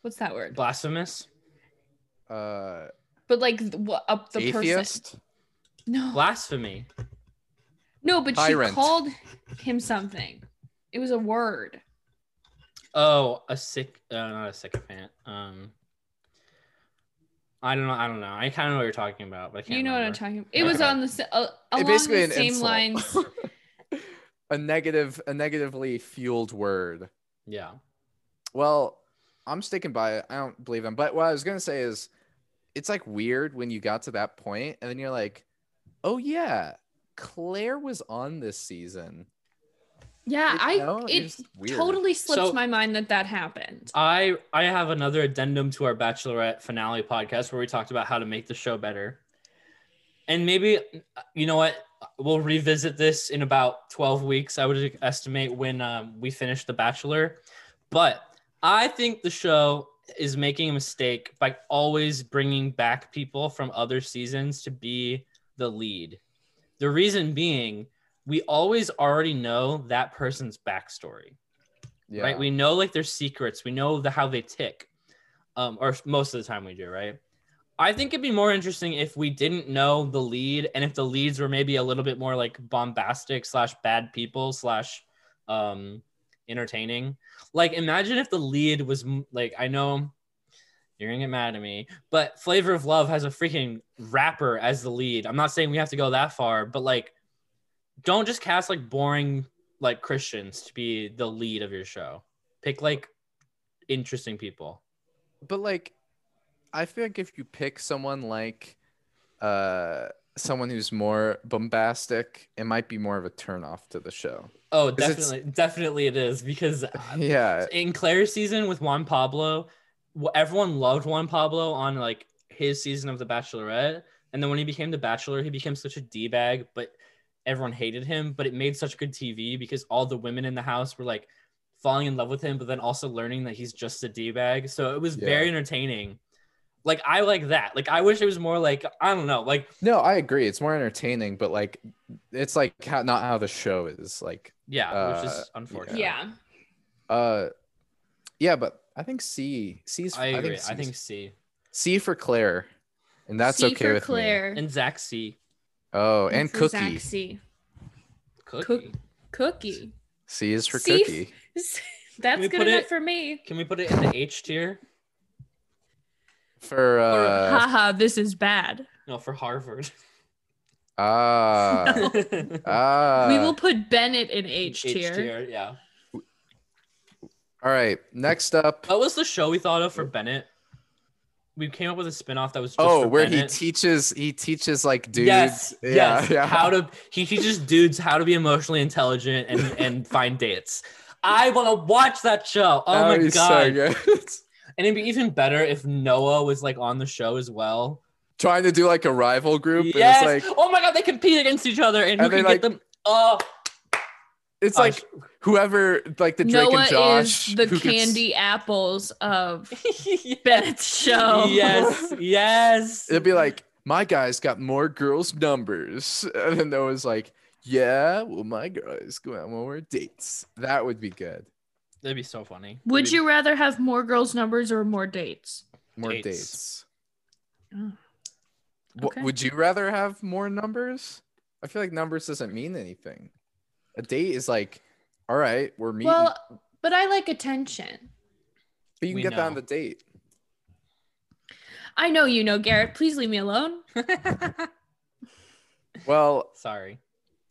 Speaker 1: What's that word?
Speaker 2: Blasphemous.
Speaker 3: uh,
Speaker 1: But like th- what up the person.
Speaker 3: atheist.
Speaker 1: No.
Speaker 2: Blasphemy.
Speaker 1: No, but
Speaker 3: Tyrant.
Speaker 1: she called him something. It was a word.
Speaker 2: Oh, a sick, uh, not a sycophant. Um, I don't know. I don't know. I kind of know what you're talking about, but I can't.
Speaker 1: you know what I'm
Speaker 2: remember.
Speaker 1: talking about. It was
Speaker 2: Okay.
Speaker 1: on the s- uh,
Speaker 3: It
Speaker 1: along
Speaker 3: basically
Speaker 1: the
Speaker 3: an
Speaker 1: same
Speaker 3: insult.
Speaker 1: lines.
Speaker 3: a negative, a negatively fueled word.
Speaker 2: Yeah.
Speaker 3: Well, I'm sticking by it. I don't believe him. But what I was gonna say is, it's like weird when you got to that point, and then you're like, oh yeah, Claire was on this season.
Speaker 1: Yeah,
Speaker 3: You
Speaker 1: I
Speaker 3: know?
Speaker 1: it
Speaker 3: It's weird.
Speaker 1: totally slipped
Speaker 2: So-
Speaker 1: my mind that that happened.
Speaker 2: I I have another addendum to our Bachelorette finale podcast where we talked about how to make the show better, and maybe you know what we'll revisit this in about 12 weeks. I would estimate when um, we finish The Bachelor, but I think the show is making a mistake by always bringing back people from other seasons to be the lead. The reason being, we always already know that person's backstory
Speaker 3: Yeah.
Speaker 2: right? We know like their secrets. We know the how they tick, um, or most of the time we do, right? I think it'd be more interesting if we didn't know the lead, and if the leads were maybe a little bit more like bombastic slash bad people slash um, entertaining. Like, imagine if the lead was m- like, I know you're gonna get mad at me, but Flavor of Love has a freaking rapper as the lead. I'm not saying we have to go that far, but like, don't just cast like boring like Christians to be the lead of your show. Pick like interesting people.
Speaker 3: but like i feel like if you pick someone like uh someone who's more bombastic it might be more of a turnoff to the show
Speaker 2: Oh,
Speaker 3: 'Cause it's-
Speaker 2: definitely, definitely it is because uh,
Speaker 3: yeah
Speaker 2: in Claire's season with Juan Pablo, wh- everyone loved Juan Pablo on like his season of The Bachelorette, and then when he became The Bachelor, he became such a d bag, but everyone hated him. But it made such good TV because all the women in the house were like falling in love with him, but then also learning that he's just a d bag. So it was
Speaker 3: Yeah.
Speaker 2: very entertaining. Like I like that. Like I wish it was more like I don't know, like
Speaker 3: no i agree it's more entertaining but like it's like how, not how the show is like
Speaker 2: Yeah, which
Speaker 3: Uh,
Speaker 2: is unfortunate.
Speaker 1: Yeah.
Speaker 3: uh Yeah, but I think C. C's.
Speaker 2: I agree.
Speaker 3: C's-
Speaker 2: I think C
Speaker 3: C for Claire, and that's
Speaker 1: C
Speaker 3: okay
Speaker 1: for
Speaker 3: with me.
Speaker 1: Claire.
Speaker 2: and Zach C.
Speaker 3: Oh, and
Speaker 1: for
Speaker 3: Cookie.
Speaker 1: Zach C.
Speaker 2: Cookie.
Speaker 1: Cook- Cookie.
Speaker 3: C is for
Speaker 1: C-
Speaker 3: Cookie.
Speaker 1: That's
Speaker 2: we
Speaker 1: good
Speaker 2: put
Speaker 1: enough
Speaker 2: it-
Speaker 1: for me.
Speaker 2: Can we put it in the H tier?
Speaker 3: For
Speaker 1: Or,
Speaker 3: uh,
Speaker 1: haha, this is bad.
Speaker 2: No, for Harvard.
Speaker 3: ah ah.
Speaker 1: we will put Bennett in H tier.
Speaker 2: Yeah.
Speaker 3: All right. Next up.
Speaker 2: What was the show we thought of for Bennett? We came up with a spinoff that was just
Speaker 3: Oh,
Speaker 2: for
Speaker 3: where
Speaker 2: Bennett.
Speaker 3: he teaches he teaches like dudes.
Speaker 2: Yes,
Speaker 3: yeah,
Speaker 2: yes.
Speaker 3: yeah.
Speaker 2: How to he teaches dudes how to be emotionally intelligent and and find dates. I want to watch that show. Oh
Speaker 3: That would
Speaker 2: my
Speaker 3: be so
Speaker 2: god!
Speaker 3: good.
Speaker 2: and it'd be even better if Noah was like on the show as well.
Speaker 3: Trying to do like a rival group. and
Speaker 2: yes.
Speaker 3: It's like
Speaker 2: oh my god! They compete against each other, and,
Speaker 3: And
Speaker 2: who
Speaker 3: they,
Speaker 2: can
Speaker 3: like,
Speaker 2: get them? Oh,
Speaker 3: it's
Speaker 2: I
Speaker 3: like
Speaker 2: sh-
Speaker 3: whoever like the Drake
Speaker 1: Noah
Speaker 3: and Josh.
Speaker 1: is the
Speaker 3: who gets-
Speaker 1: candy apples of Bennett's show.
Speaker 2: yes, yes.
Speaker 3: It'd be like my guy's got more girls' numbers, and then Noah's like, yeah, well my guys go out more dates. That would be good.
Speaker 2: That'd be so funny.
Speaker 1: Would
Speaker 2: It'd be-
Speaker 1: you rather have more girls' numbers or more dates?
Speaker 3: More
Speaker 2: Dates.
Speaker 3: dates.
Speaker 1: Oh.
Speaker 3: Wha-
Speaker 1: Okay.
Speaker 3: Would you rather have more numbers? I feel like numbers doesn't mean anything. A date is like, all right, we're meeting.
Speaker 1: Well, but I like attention.
Speaker 3: But you can
Speaker 2: We
Speaker 3: get that on
Speaker 2: know.
Speaker 3: the date.
Speaker 1: I know you know, Garrett. Please leave me alone.
Speaker 3: Well,
Speaker 2: Sorry.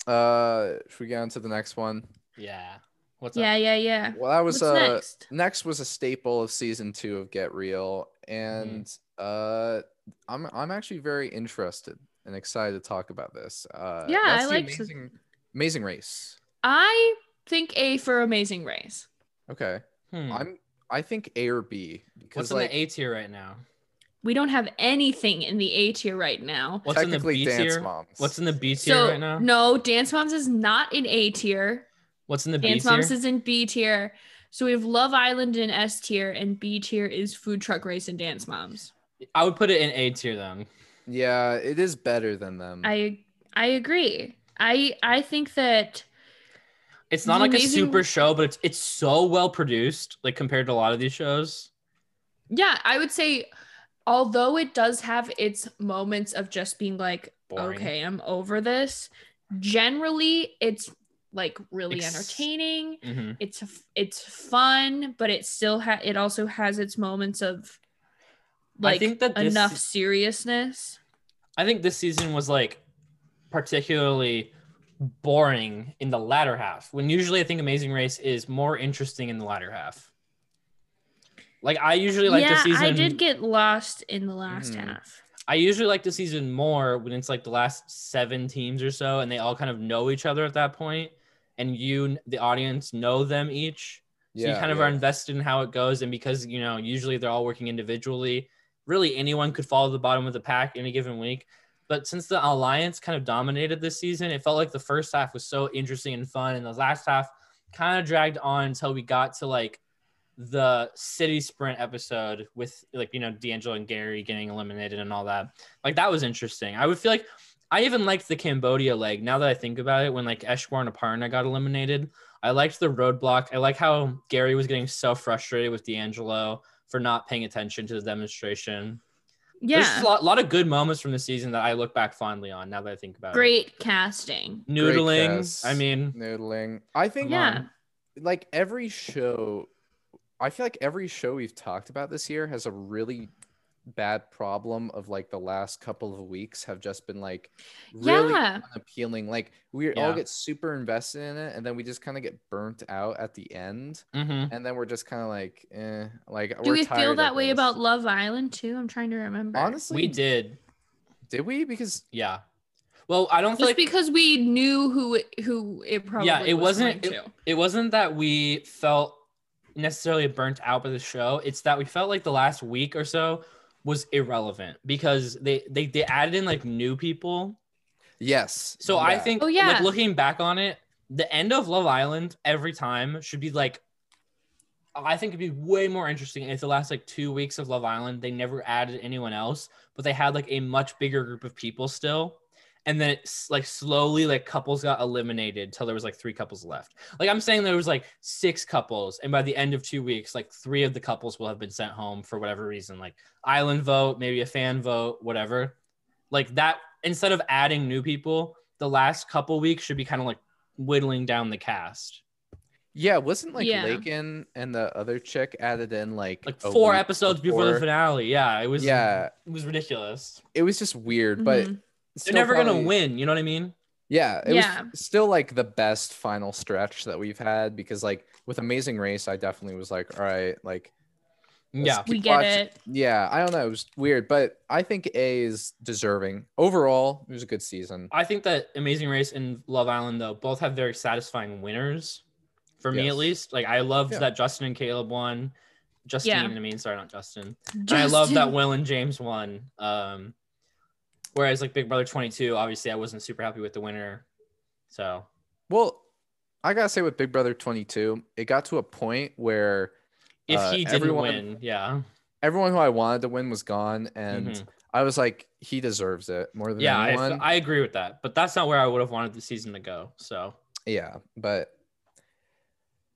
Speaker 3: uh, should we get on to the next one?
Speaker 2: Yeah. What's
Speaker 1: yeah,
Speaker 2: up?
Speaker 1: yeah, yeah.
Speaker 3: Well, that was
Speaker 1: What's
Speaker 3: uh
Speaker 1: next?
Speaker 3: next was a staple of season two of Get Real, and
Speaker 2: Mm-hmm.
Speaker 3: uh, I'm I'm actually very interested and excited to talk about this. Uh,
Speaker 1: Yeah,
Speaker 3: that's
Speaker 1: I
Speaker 3: the
Speaker 1: like to-
Speaker 3: amazing, amazing race.
Speaker 1: I think A for Amazing Race.
Speaker 3: Okay,
Speaker 2: Hmm.
Speaker 3: I'm I think A or B because
Speaker 2: What's
Speaker 3: like
Speaker 2: in the A tier right now?
Speaker 1: We don't have anything in the A tier right now.
Speaker 2: What's in the
Speaker 3: technically
Speaker 2: B
Speaker 3: dance
Speaker 2: tier?
Speaker 3: moms.
Speaker 2: What's in the B tier
Speaker 1: So
Speaker 2: right now?
Speaker 1: no, Dance Moms is not in A tier.
Speaker 2: What's in the B
Speaker 1: Dance
Speaker 2: tier?
Speaker 1: Moms is in B tier. So we have Love Island in S tier, and B tier is Food Truck Race and Dance Moms.
Speaker 2: I would put it in A tier then.
Speaker 3: Yeah, it is better than
Speaker 2: Hmm.
Speaker 3: them.
Speaker 1: I I agree. I I think that
Speaker 2: It's not
Speaker 1: The
Speaker 2: like a
Speaker 1: amazing-
Speaker 2: super show, but it's it's so well produced, like compared to a lot of these shows.
Speaker 1: yeah, I would say although it does have its moments of just being like,
Speaker 2: Boring.
Speaker 1: okay, I'm over this. Generally, it's like really
Speaker 2: Ex-
Speaker 1: entertaining.
Speaker 2: Mhm.
Speaker 1: It's f- it's fun, but it still ha- it also has its moments of like
Speaker 2: think that this-
Speaker 1: enough seriousness.
Speaker 2: I think this season was like particularly boring in the latter half. When usually I think Amazing Race is more interesting in the latter half. Like I usually like the
Speaker 1: yeah,
Speaker 2: season. Mm-hmm.
Speaker 1: I did get lost in the last
Speaker 3: Mhm.
Speaker 1: half.
Speaker 2: I usually like the season more when it's like the last seven teams or so, and they all kind of know each other at that point, and you, the audience, know them each. So you kind of
Speaker 3: yeah.
Speaker 2: are invested in how it goes, and because you know usually they're all working individually. Really, anyone could follow the bottom of the pack in a given week. But since the alliance kind of dominated this season, it felt like the first half was so interesting and fun, and the last half kind of dragged on until we got to like the city sprint episode with like you know D'Angelo and Gary getting eliminated and all that. Like that was interesting. I would feel like I even liked the Cambodia leg. Now that I think about it, when like Eshwar and Aparna got eliminated, I liked the roadblock. I like how Gary was getting so frustrated with D'Angelo for not paying attention to the demonstration. There's just
Speaker 1: Yeah.
Speaker 2: a lot, lot of good moments from the season that I look back fondly on. Now that I think about it,
Speaker 1: Great casting.
Speaker 3: Great
Speaker 2: noodling.
Speaker 3: cast.
Speaker 2: I mean,
Speaker 3: noodling. I think
Speaker 2: Come
Speaker 1: Yeah.
Speaker 2: on.
Speaker 3: like every show i feel like every show we've talked about this year has a really bad problem of like the last couple of weeks have just been like really
Speaker 1: yeah.
Speaker 3: unappealing like we all
Speaker 2: Yeah.
Speaker 3: get super invested in it and then we just kind of get burnt out at the end
Speaker 2: mhm.
Speaker 3: and then we're just kind of like eh, like
Speaker 1: Mm-hmm. Do
Speaker 3: we're
Speaker 1: we
Speaker 3: tired
Speaker 1: feel
Speaker 3: of
Speaker 1: that way
Speaker 3: this.
Speaker 1: about Love Island too? I'm trying to remember.
Speaker 3: honestly
Speaker 2: we did.
Speaker 3: did we because
Speaker 2: Yeah. Well, I don't
Speaker 1: just
Speaker 2: feel like
Speaker 1: because we knew who it, who it probably
Speaker 2: Yeah, it
Speaker 1: was
Speaker 2: wasn't-
Speaker 1: going to.
Speaker 2: it wasn't that we felt necessarily burnt out by the show. It's that we felt like the last week or so was irrelevant because they they, they added in like new people.
Speaker 3: yes
Speaker 2: So I
Speaker 3: yeah.
Speaker 2: think
Speaker 1: Oh, yeah.
Speaker 2: like looking back on it, the end of Love Island every time should be like I think it'd be way more interesting if the last like two weeks of Love Island they never added anyone else, but they had like a much bigger group of people still. and then it's like slowly like couples got eliminated till there was like three couples left like i'm saying there was like six couples and by the end of two weeks like three of the couples will have been sent home for whatever reason like island vote maybe a fan vote whatever like that instead of adding new people the last couple weeks should be kind of like whittling down the cast
Speaker 3: Yeah, wasn't like
Speaker 1: Yeah.
Speaker 3: Lakin and the other chick added in like
Speaker 2: like
Speaker 3: a
Speaker 2: four
Speaker 3: week
Speaker 2: episodes before. the
Speaker 3: before?
Speaker 2: finale yeah it was
Speaker 3: Yeah,
Speaker 2: it was ridiculous
Speaker 3: it was just weird, but
Speaker 2: they're
Speaker 3: still
Speaker 2: never gonna
Speaker 3: probably-
Speaker 2: win you know what i mean
Speaker 3: Yeah, it
Speaker 1: Yeah.
Speaker 3: was still like the best final stretch that we've had because like with Amazing Race, I definitely was like, all right, like let's
Speaker 2: yeah
Speaker 1: we
Speaker 3: keep
Speaker 1: get
Speaker 3: watching."
Speaker 1: it.
Speaker 3: Yeah, I don't know, it was weird, but I think A is deserving overall. It was a good season.
Speaker 2: I think that Amazing Race and Love Island though both have very satisfying winners. For me
Speaker 3: Yes.
Speaker 2: at least. Like I loved
Speaker 3: Yeah.
Speaker 2: that Justin and Caleb won. Justine,
Speaker 1: Yeah.
Speaker 2: I mean, sorry, not Justin. And I love that Will and James won. Um whereas like Big Brother 22, obviously I wasn't super happy with the winner. So
Speaker 3: Well, I gotta say with Big Brother 22, it got to a point where
Speaker 2: if
Speaker 3: Uh,
Speaker 2: he didn't
Speaker 3: everyone-
Speaker 2: win, yeah.
Speaker 3: everyone who I wanted to win was gone, and
Speaker 2: Mhm.
Speaker 3: I was like, he deserves it more than
Speaker 2: Yeah, I,
Speaker 3: anyone.
Speaker 2: I agree with that. But that's not where I would have wanted the season to go. So
Speaker 3: yeah, but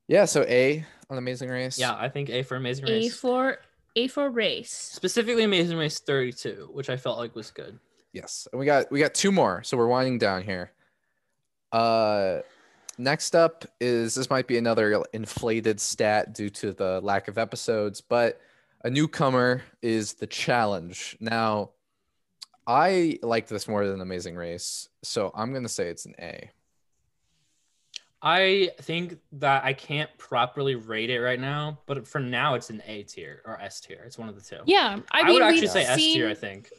Speaker 3: yeah, so A on Amazing Race.
Speaker 2: yeah, I think A for Amazing
Speaker 1: A
Speaker 2: Race.
Speaker 1: for A for race.
Speaker 2: Specifically Amazing Race 32, which I felt like was good.
Speaker 3: Yes. And we got we got two more, so we're winding down here. Uh next up is this might be another inflated stat due to the lack of episodes, but a newcomer is the challenge. Now, I like this more than Amazing Race, so I'm gonna say it's an A.
Speaker 2: I think that I can't properly rate it right now, but for now it's an A tier or S tier. It's one of the two.
Speaker 1: Yeah, I,
Speaker 2: I,
Speaker 1: mean,
Speaker 2: would actually
Speaker 1: we've
Speaker 2: say S
Speaker 1: seen
Speaker 2: tier. I think.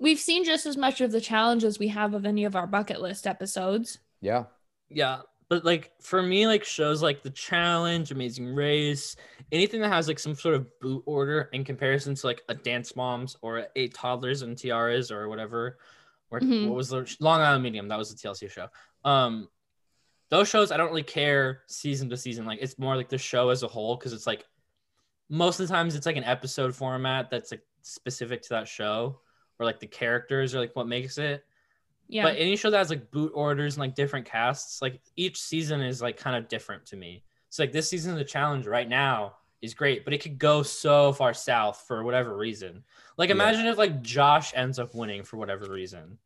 Speaker 1: we've seen just as much of the challenges we have of any of our bucket list episodes.
Speaker 3: Yeah.
Speaker 2: Yeah, but like for me, like shows like The Challenge, Amazing Race, anything that has like some sort of boot order in comparison to like a Dance Moms or a Toddlers and Tiaras or whatever, or
Speaker 1: Mhm.
Speaker 2: what was the Long Island Medium? That was the TLC show. Um, those shows I don't really care season to season. Like it's more like the show as a whole because it's like most of the times it's like an episode format that's like specific to that show or like the characters or like what makes it.
Speaker 1: Yeah.
Speaker 2: But any show that has like boot orders and like different casts, like each season is like kind of different to me. So like this season of the challenge right now is great, but it could go so far south for whatever reason. Like
Speaker 3: Yeah.
Speaker 2: imagine if like Josh ends up winning for whatever reason.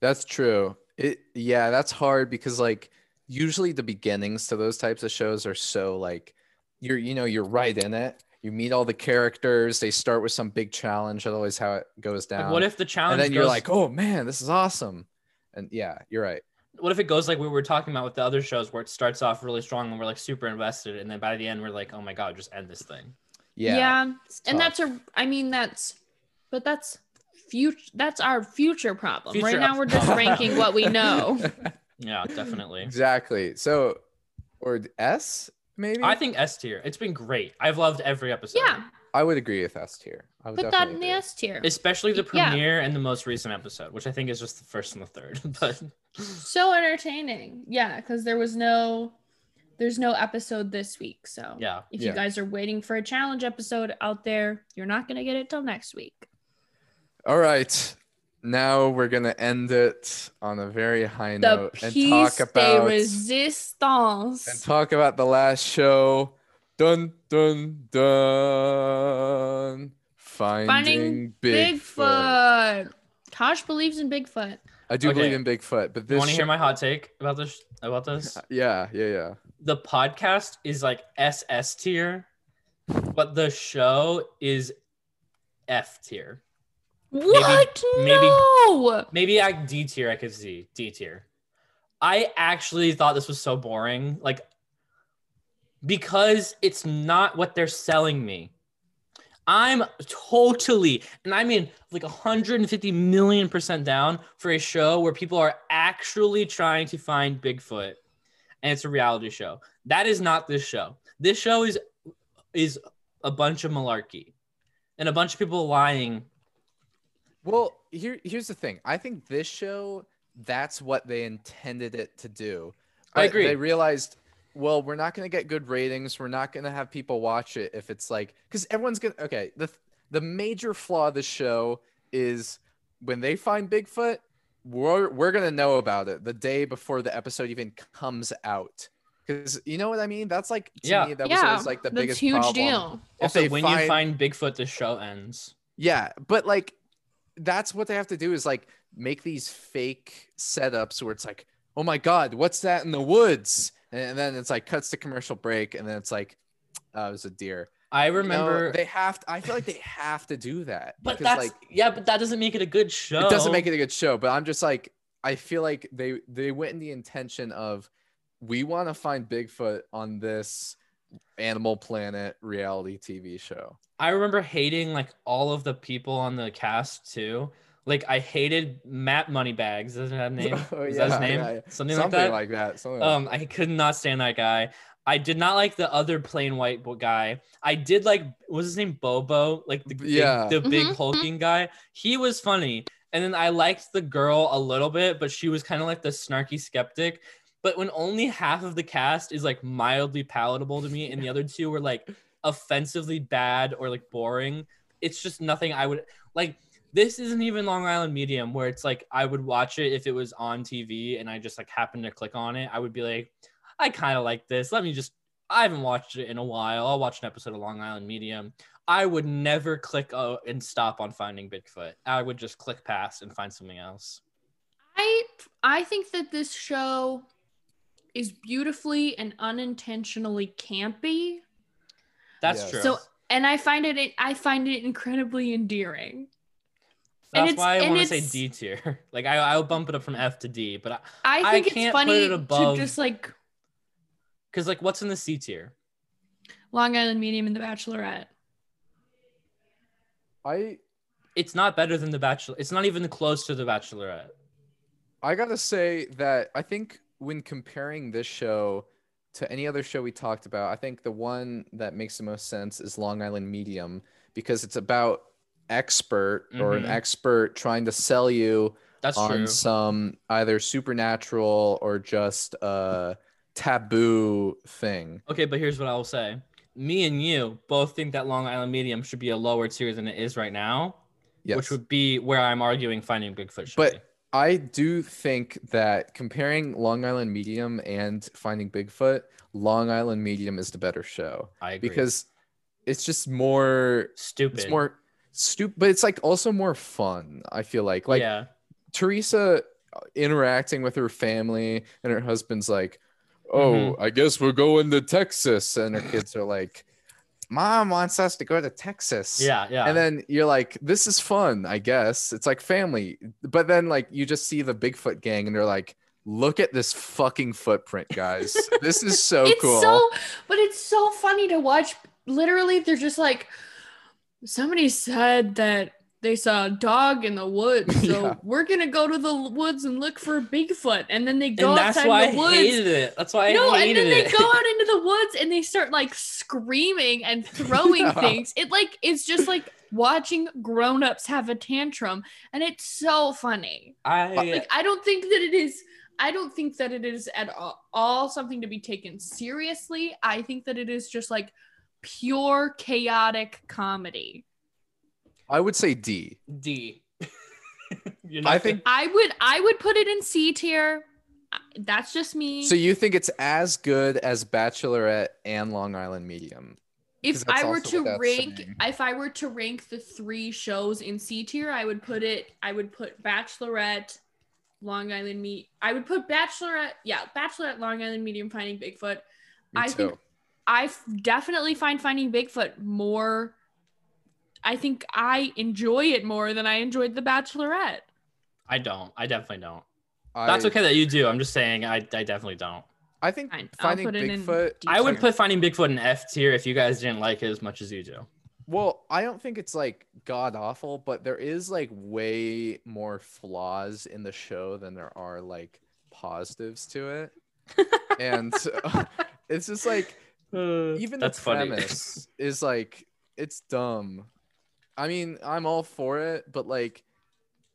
Speaker 3: That's true. It yeah, that's hard because like usually the beginnings to those types of shows are so like you're you know you're right in it. You meet all the characters. They start with some big challenge. That's always how it goes down.
Speaker 2: Like what if the challenge
Speaker 3: and then you're
Speaker 2: goes-
Speaker 3: like, oh man, this is awesome. And yeah, you're right.
Speaker 2: what if it goes like we were talking about with the other shows where it starts off really strong and we're like super invested and then by the end we're like, oh my god, just end this thing.
Speaker 3: Yeah,
Speaker 1: and
Speaker 3: tough.
Speaker 1: that's a I mean that's but that's future that's our future problem.
Speaker 2: Future
Speaker 1: right now we're just
Speaker 2: episode.
Speaker 1: ranking what we know.
Speaker 2: Yeah, definitely.
Speaker 3: exactly. So or S maybe.
Speaker 2: I think S tier. It's been great. I've loved every episode.
Speaker 1: Yeah.
Speaker 3: I would agree with S tier. I would
Speaker 1: Put that
Speaker 3: Oh, definitely
Speaker 1: in the
Speaker 3: agree.
Speaker 1: S tier.
Speaker 2: especially the
Speaker 1: Yeah.
Speaker 2: premiere and the most recent episode, which I think is just the first and the third. But
Speaker 1: So entertaining. Yeah, because there was no there's no episode this week. So
Speaker 2: yeah,
Speaker 1: if
Speaker 3: Yeah.
Speaker 1: you guys are waiting for a challenge episode out there, you're not gonna get it till next week.
Speaker 3: All right. Now we're gonna end it on a very high
Speaker 1: The
Speaker 3: note and
Speaker 1: piece
Speaker 3: talk about
Speaker 1: de resistance.
Speaker 3: and talk about the last show. Dun dun dun. Finding,
Speaker 1: Finding
Speaker 3: Bigfoot.
Speaker 1: Bigfoot. Tosh believes in Bigfoot.
Speaker 3: I do
Speaker 2: Okay.
Speaker 3: believe in Bigfoot, but
Speaker 2: you
Speaker 3: this.
Speaker 2: want to hear
Speaker 3: show-
Speaker 2: my hot take about this? About this,
Speaker 3: Yeah, yeah, yeah.
Speaker 2: the podcast is like SS tier, but the show is F tier.
Speaker 1: What?
Speaker 2: maybe-
Speaker 1: no.
Speaker 2: Maybe I D tier. I could see D tier. I actually thought this was so boring, like because it's not what they're selling me. I'm totally, and I mean like 150 million percent down for a show where people are actually trying to find Bigfoot, and it's a reality show. That is not this show. This show is is a bunch of malarkey, and a bunch of people lying.
Speaker 3: Well, here, here's the thing. I think this show. That's what they intended it to do.
Speaker 2: I
Speaker 3: But
Speaker 2: agree.
Speaker 3: They realized, well, we're not going to get good ratings. We're not going to have people watch it if it's like because everyone's gonna. Okay, the the major flaw of the show is when they find Bigfoot, we're we're gonna know about it the day before the episode even comes out. Because you know what I mean? That's like to
Speaker 2: Yeah.
Speaker 3: me, that was
Speaker 1: Yeah,
Speaker 3: always like the
Speaker 1: That's
Speaker 3: biggest
Speaker 1: huge
Speaker 3: problem.
Speaker 1: deal.
Speaker 3: If
Speaker 2: Also,
Speaker 3: they
Speaker 2: when you find Bigfoot, the show ends.
Speaker 3: Yeah, but like that's what they have to do is like make these fake setups where it's like, oh my god, what's that in the woods? And then it's like cuts to commercial break, and then it's like, oh, it was a deer.
Speaker 2: I
Speaker 3: You know,
Speaker 2: remember,
Speaker 3: they have. To, I feel like they have to do that
Speaker 2: but
Speaker 3: because
Speaker 2: that's
Speaker 3: like
Speaker 2: yeah, but that doesn't make it a good show.
Speaker 3: it doesn't make it a good show. But I'm just like, I feel like they they went in the intention of we want to find Bigfoot on this Animal Planet reality TV show.
Speaker 2: I remember hating like all of the people on the cast too. Like I hated Matt Moneybags. Doesn't that name?
Speaker 3: Oh,
Speaker 2: Is that his
Speaker 3: yeah,
Speaker 2: name?
Speaker 3: yeah, yeah.
Speaker 2: Something, like that.
Speaker 3: Something like that.
Speaker 2: um, I could not stand that guy. I did not like the other plain white bo- guy. I did like what was his name Bobo, like the big-
Speaker 3: Yeah.
Speaker 2: the big
Speaker 1: Mhm,
Speaker 2: hulking guy. He was funny, and then I liked the girl a little bit, but she was kind of like the snarky skeptic. But when only half of the cast is like mildly palatable to me, and the other two were like offensively bad or like boring, it's just nothing I would like. This isn't even Long Island Medium where it's like I would watch it if it was on TV and I just like happened to click on it. I would be like, I kind of like this. Let me just, I haven't watched it in a while. I'll watch an episode of Long Island Medium. I would never click uh, and stop on finding Bigfoot. I would just click past and find something else.
Speaker 1: I I think that this show is beautifully and unintentionally campy,
Speaker 2: That's
Speaker 3: Yes.
Speaker 2: true.
Speaker 1: So- and I find it I find it incredibly endearing. and
Speaker 2: That's
Speaker 1: it's-
Speaker 2: why I
Speaker 1: and
Speaker 2: want to say
Speaker 1: it's-
Speaker 2: D tier. Like I, I'll bump it up from F to D, but I
Speaker 1: I think it's
Speaker 2: can't put it
Speaker 1: funny
Speaker 2: above-
Speaker 1: to just like
Speaker 2: because like what's in the C tier?
Speaker 1: Long Island Medium and The Bachelorette.
Speaker 3: I
Speaker 2: It's not better than The Bachelor. It's not even close to The Bachelorette.
Speaker 3: I gotta say that I think when comparing this show to any other show we talked about, I think the one that makes the most sense is Long Island Medium because it's about expert or an
Speaker 2: Mhm.
Speaker 3: expert trying to sell you
Speaker 2: That's
Speaker 3: on
Speaker 2: true.
Speaker 3: some either supernatural or just uh taboo thing.
Speaker 2: Okay, but here's what I will say. Me and you both think that Long Island Medium should be a lower tier than it is right now,
Speaker 3: Yes.
Speaker 2: which would be where I'm arguing finding Bigfoot should
Speaker 3: But-
Speaker 2: be.
Speaker 3: I do think that comparing Long Island Medium and Finding Bigfoot, Long Island Medium is the better show
Speaker 2: I agree.
Speaker 3: because it's just more
Speaker 2: stupid.
Speaker 3: it's more stupid but it's like also more fun i feel like like
Speaker 2: yeah.
Speaker 3: teresa uh, interacting with her family and her husband's like oh
Speaker 2: Mm-hmm.
Speaker 3: i guess we're going to texas and her kids are like mom wants us to go to texas
Speaker 2: Yeah, yeah.
Speaker 3: and then you're like this is fun i guess it's like family but then like you just see the bigfoot gang and they're like look at this fucking footprint guys this is so
Speaker 1: it's
Speaker 3: cool
Speaker 1: so but it's so funny to watch literally they're just like somebody said that they saw a dog in the woods so
Speaker 3: Yeah.
Speaker 1: we're gonna go to the l- woods and look for bigfoot and then they go
Speaker 2: and that's
Speaker 1: outside
Speaker 2: why I
Speaker 1: the woods
Speaker 2: hated it. That's why I
Speaker 1: no and
Speaker 2: hated
Speaker 1: then
Speaker 2: it.
Speaker 1: they go out into the woods and they start like screaming and throwing
Speaker 3: Yeah.
Speaker 1: things it like it's just like watching grown-ups have a tantrum and it's so funny
Speaker 2: I
Speaker 1: like i don't think that it is i don't think that it is at all, all something to be taken seriously i think that it is just like pure chaotic comedy
Speaker 3: i would say d
Speaker 2: D. You're
Speaker 3: I
Speaker 2: not
Speaker 3: think-
Speaker 1: i would i would put it in c tier I- that's just me
Speaker 3: So you think it's as good as Bachelorette and Long Island Medium? 'cause
Speaker 1: if
Speaker 3: that's
Speaker 1: i were
Speaker 3: also what
Speaker 1: to
Speaker 3: that's
Speaker 1: rank
Speaker 3: saying.
Speaker 1: if i were to rank the three shows in c tier i would put it i would put bachelorette long island meet i would put bachelorette yeah bachelorette long island medium finding bigfoot
Speaker 3: Me
Speaker 1: I
Speaker 3: too.
Speaker 1: think- I f- definitely find Finding Bigfoot more. I think I enjoy it more than I enjoyed The Bachelorette.
Speaker 2: I don't. I definitely don't.
Speaker 3: I,
Speaker 2: That's okay that you do. I'm just saying I, I definitely don't.
Speaker 3: I think
Speaker 1: Fine, I'll
Speaker 3: finding
Speaker 1: put it in
Speaker 3: Bigfoot.
Speaker 1: D
Speaker 2: I would
Speaker 1: tier.
Speaker 2: put Finding Bigfoot in F tier if you guys didn't like it as much as you do.
Speaker 3: Well, I don't think it's like god awful, but there is like way more flaws in the show than there are like positives to it, and it's just like
Speaker 1: Uh,
Speaker 3: even
Speaker 2: That's
Speaker 3: the
Speaker 2: funny.
Speaker 3: premise is like it's dumb. I mean, I'm all for it, but like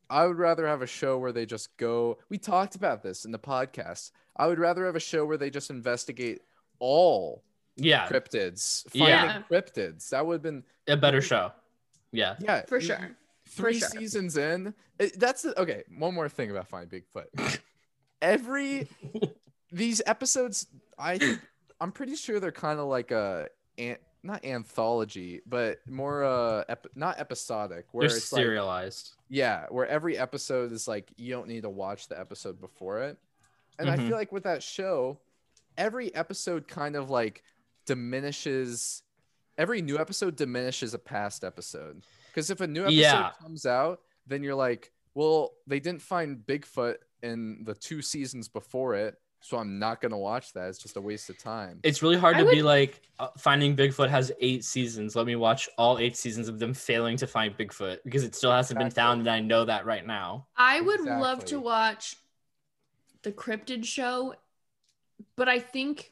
Speaker 3: I would rather have a show where they just go we talked about this in the podcast. I would rather have a show where they just investigate all
Speaker 2: yeah,
Speaker 3: cryptids. Finding
Speaker 2: Yeah.
Speaker 3: cryptids. That would have been
Speaker 2: a better show. Yeah.
Speaker 3: yeah.
Speaker 1: for
Speaker 3: you-
Speaker 1: sure.
Speaker 3: three
Speaker 1: sure.
Speaker 3: seasons in. it- that's the, okay. One more thing about Finding Bigfoot. Every these episodes, I think- I'm pretty sure they're kind of like a an, not anthology, but more uh ep, not episodic. Where
Speaker 2: They're
Speaker 3: it's like
Speaker 2: serialized.
Speaker 3: yeah, where every episode is like you don't need to watch the episode before it. And I
Speaker 2: Mhm.
Speaker 3: feel like with that show, every episode kind of like diminishes every new episode diminishes a past episode. Cuz if a new episode
Speaker 2: Yeah.
Speaker 3: comes out, then you're like, well, they didn't find Bigfoot in the two seasons before it, so I'm not going to watch that. It's just a waste of time.
Speaker 2: It's really hard
Speaker 5: I
Speaker 2: to be like uh, Finding Bigfoot has eight seasons. Let me watch all eight seasons of them failing to find Bigfoot because it still hasn't been
Speaker 3: Exactly.
Speaker 2: found, and I know that right now.
Speaker 1: I would love
Speaker 3: Exactly.
Speaker 1: to watch the cryptid show, but I think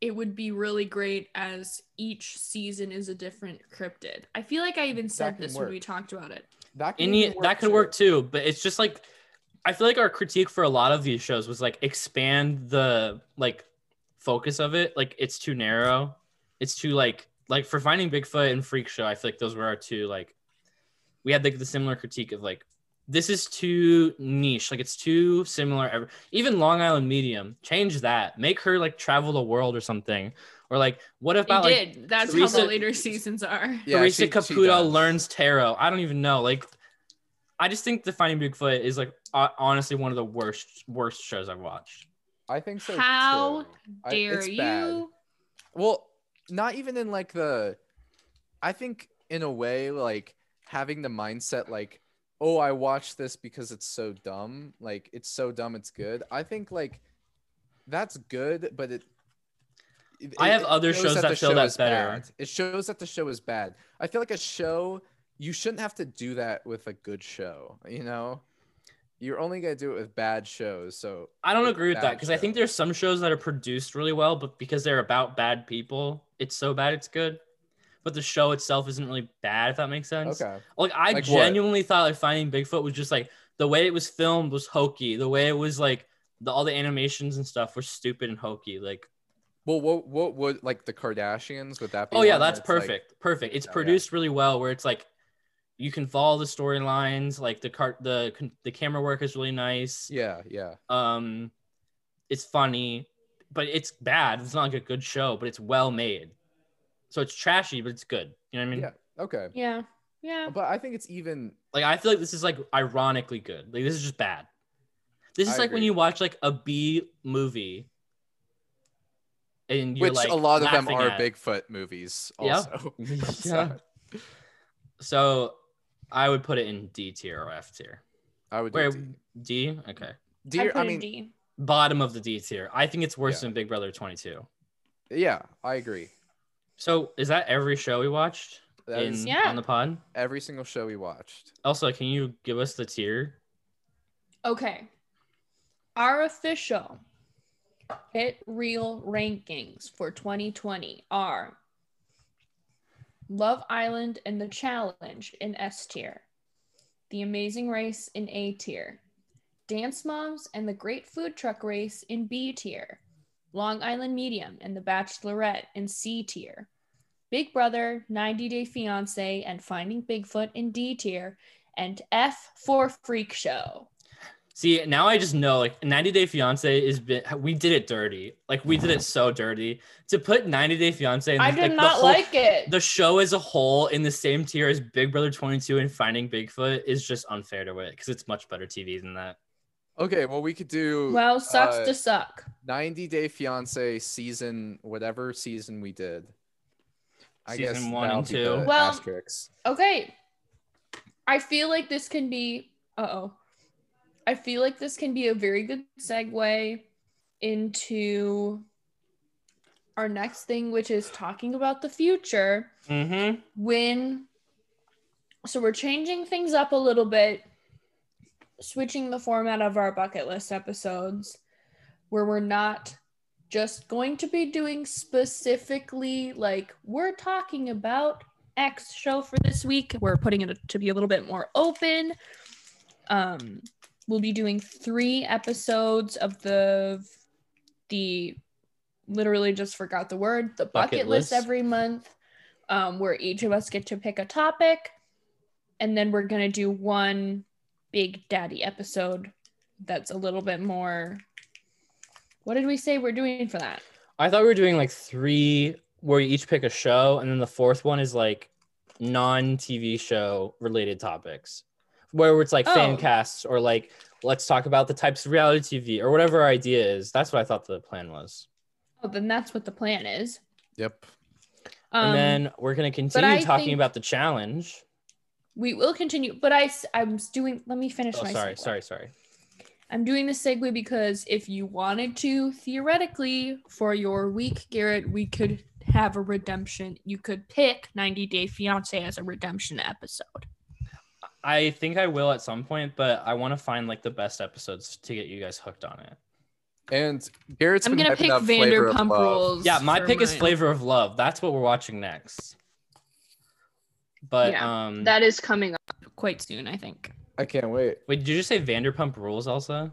Speaker 1: it would be really great as each season is a different cryptid. I feel like I even said
Speaker 3: can
Speaker 1: this when we
Speaker 3: work.
Speaker 1: talked about it.
Speaker 3: That can
Speaker 2: Any
Speaker 3: even
Speaker 2: that could
Speaker 3: too.
Speaker 2: work too, but it's just like I feel like our critique for a lot of these shows was like expand the like focus of it. Like it's too narrow. It's too like like for Finding Bigfoot and Freak Show. I feel like those were our two like we had like the similar critique of like this is too niche. Like it's too similar. Ever even Long Island Medium change that. Make her like travel the world or something. Or like what
Speaker 1: They
Speaker 2: about like
Speaker 1: did. That's how
Speaker 2: Teresa-
Speaker 1: the later seasons are.
Speaker 3: Yeah,
Speaker 2: Teresa
Speaker 3: she- she
Speaker 2: Caputo
Speaker 3: does.
Speaker 2: learns tarot. I don't even know. Like, I just think the Finding Bigfoot is like ho- honestly one of the worst worst shows I've watched.
Speaker 3: I think so.
Speaker 1: How
Speaker 3: too. I-
Speaker 1: Dare
Speaker 3: it's
Speaker 1: you?
Speaker 3: bad. well not even in like the i think in a way like having the mindset like oh i watched this because it's so dumb like it's so dumb it's good i think like that's good but it it-
Speaker 2: I have
Speaker 3: it
Speaker 2: other
Speaker 3: shows
Speaker 2: shows that
Speaker 3: the
Speaker 2: feel
Speaker 3: show
Speaker 2: that
Speaker 3: is
Speaker 2: better.
Speaker 3: bad. It shows that the show is bad. I feel like a show you shouldn't have to do that with a good show. You know, you're only gonna do it with bad shows. So
Speaker 2: I don't
Speaker 3: It's
Speaker 2: agree with
Speaker 3: bad
Speaker 2: that because I think
Speaker 3: show.
Speaker 2: there's some shows that are produced really well, but because they're about bad people, it's so bad it's good. But the show itself isn't really bad, if that makes sense.
Speaker 3: okay,
Speaker 2: Like I
Speaker 3: Like what?
Speaker 2: genuinely thought like Finding Bigfoot was just like the way it was filmed was hokey. The way it was like the, all the animations and stuff were stupid and hokey. Like
Speaker 3: well, what what would like the Kardashians? Would that be?
Speaker 2: Oh yeah,
Speaker 3: one where
Speaker 2: that's
Speaker 3: it's, like,
Speaker 2: perfect. perfect. It's
Speaker 3: Oh, yeah.
Speaker 2: produced really well, where it's like you can follow the storylines. Like the cart, the con- the camera work is really nice.
Speaker 3: Yeah, yeah.
Speaker 2: Um, it's funny, but it's bad. It's not like a good show, but it's well made. So it's trashy, but it's good. You know what I mean?
Speaker 3: Yeah. Okay.
Speaker 1: Yeah. Yeah.
Speaker 3: But I think it's even
Speaker 2: Like I feel like this is like ironically good. Like this is just bad. This is
Speaker 3: I
Speaker 2: like when
Speaker 3: agree.
Speaker 2: you watch like a B movie, and you're
Speaker 3: which
Speaker 2: like
Speaker 3: a lot of them
Speaker 2: laughing
Speaker 3: are
Speaker 2: at.
Speaker 3: Bigfoot movies
Speaker 2: Yeah.
Speaker 3: also.
Speaker 2: yeah.
Speaker 3: So,
Speaker 2: So I would put it in D tier or F tier.
Speaker 3: I would
Speaker 2: Where
Speaker 3: do D.
Speaker 2: D? Okay.
Speaker 3: D-
Speaker 4: I
Speaker 3: I,
Speaker 4: put in
Speaker 3: mean,
Speaker 4: D.
Speaker 2: Bottom of the D tier. I think it's worse than Big Brother 22.
Speaker 3: yeah, I agree.
Speaker 2: So is that every show we watched
Speaker 3: That
Speaker 2: in
Speaker 3: is
Speaker 1: Yeah.
Speaker 2: on the pod?
Speaker 3: every single show we watched.
Speaker 2: Also, can you give us the tier?
Speaker 1: Okay. Our official hit real rankings for 2020 are Love Island and The Challenge in S tier, The Amazing Race in A tier, Dance Moms and The Great Food Truck Race in B tier, Long Island Medium and The Bachelorette in C tier, Big Brother, 90 Day Fiance, and Finding Bigfoot in D tier, and F for Freak Show.
Speaker 2: See, now I just know like 90 Day Fiance is been, we did it dirty. Like we did it so dirty. To put 90 Day Fiance in
Speaker 1: I
Speaker 2: the-
Speaker 1: did
Speaker 2: the
Speaker 1: not
Speaker 2: whole-
Speaker 1: like it.
Speaker 2: the show as a whole in the same tier as Big Brother 22 and Finding Bigfoot is just unfair to it because it's much better TV than that.
Speaker 3: Okay, well we could do
Speaker 1: well, sucks
Speaker 3: uh,
Speaker 1: to suck.
Speaker 3: 90 Day Fiance season whatever season we did.
Speaker 2: Season one and
Speaker 3: that'll be the
Speaker 2: two.
Speaker 1: Well-
Speaker 3: asterisks.
Speaker 1: Okay. I feel like this can be. Uh oh. I feel like this can be a very good segue into our next thing, which is talking about the future.
Speaker 2: Mm-hmm.
Speaker 1: when so we're changing things up a little bit switching the format of our bucket list episodes where we're not just going to be doing specifically like we're talking about x show for this week we're putting it to be a little bit more open um we'll be doing three episodes of the the literally just forgot the word the bucket,
Speaker 2: Bucket
Speaker 1: list
Speaker 2: list.
Speaker 1: every month um, where each of us get to pick a topic
Speaker 5: and then we're gonna do one big daddy episode that's a little bit more what did we say we're doing for that
Speaker 2: I thought we were doing like three where you each pick a show, and then the fourth one is like non TV show related topics, where it's like fan
Speaker 5: Oh.
Speaker 2: casts or like let's talk about the types of reality TV or whatever our idea is. That's what I thought the plan was.
Speaker 5: oh then that's what the plan is
Speaker 3: Yep.
Speaker 5: um
Speaker 2: and then we're gonna continue
Speaker 5: I
Speaker 2: talking
Speaker 5: think-
Speaker 2: about the challenge.
Speaker 5: we will continue but i s- i'm s- doing let me finish
Speaker 2: Oh,
Speaker 5: my
Speaker 2: sorry,
Speaker 5: segue.
Speaker 2: sorry, sorry.
Speaker 5: i'm doing this segue because if you wanted to theoretically
Speaker 1: for your week, Garrett, we could have a redemption. You could pick 90 Day Fiance as a redemption episode.
Speaker 2: I think I will at some point, but I want to find like the best episodes to get you guys hooked on it.
Speaker 3: And Garrett's
Speaker 1: I'm
Speaker 3: been
Speaker 1: gonna
Speaker 3: hyping
Speaker 1: pick
Speaker 3: up Flavor of
Speaker 1: Vanderpump
Speaker 3: Love.
Speaker 1: Rules.
Speaker 2: Yeah, my
Speaker 1: for
Speaker 2: pick is
Speaker 1: mine.
Speaker 2: Flavor of Love. That's what we're watching next. But um,
Speaker 1: That is coming up quite soon, I think.
Speaker 3: I can't wait.
Speaker 2: Wait, did you just say Vanderpump Rules also?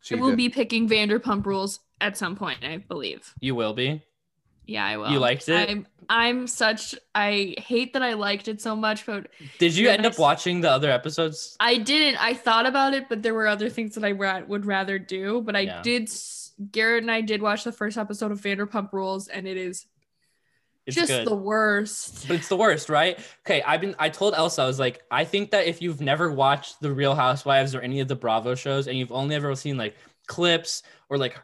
Speaker 3: She
Speaker 1: I will
Speaker 3: did.
Speaker 1: be picking Vanderpump Rules at some point, I believe.
Speaker 2: You will be.
Speaker 1: Yeah, I will.
Speaker 2: You liked it?
Speaker 1: I'm, I'm such. I hate that I liked it so much, but
Speaker 2: Did you
Speaker 1: Yeah,
Speaker 2: end
Speaker 1: I
Speaker 2: up
Speaker 1: s-
Speaker 2: watching the other episodes?
Speaker 1: I didn't. I thought about it, but there were other things that I ra- would rather do. But I
Speaker 2: Yeah.
Speaker 1: did. s- Garrett and I did watch the first episode of Vanderpump Rules, and it is
Speaker 2: It's
Speaker 1: just
Speaker 2: good.
Speaker 1: the worst.
Speaker 2: but it's the worst, right? Okay, I've been I told Elsa I was like, I think that if you've never watched The Real Housewives or any of the Bravo shows and you've only ever seen like clips or like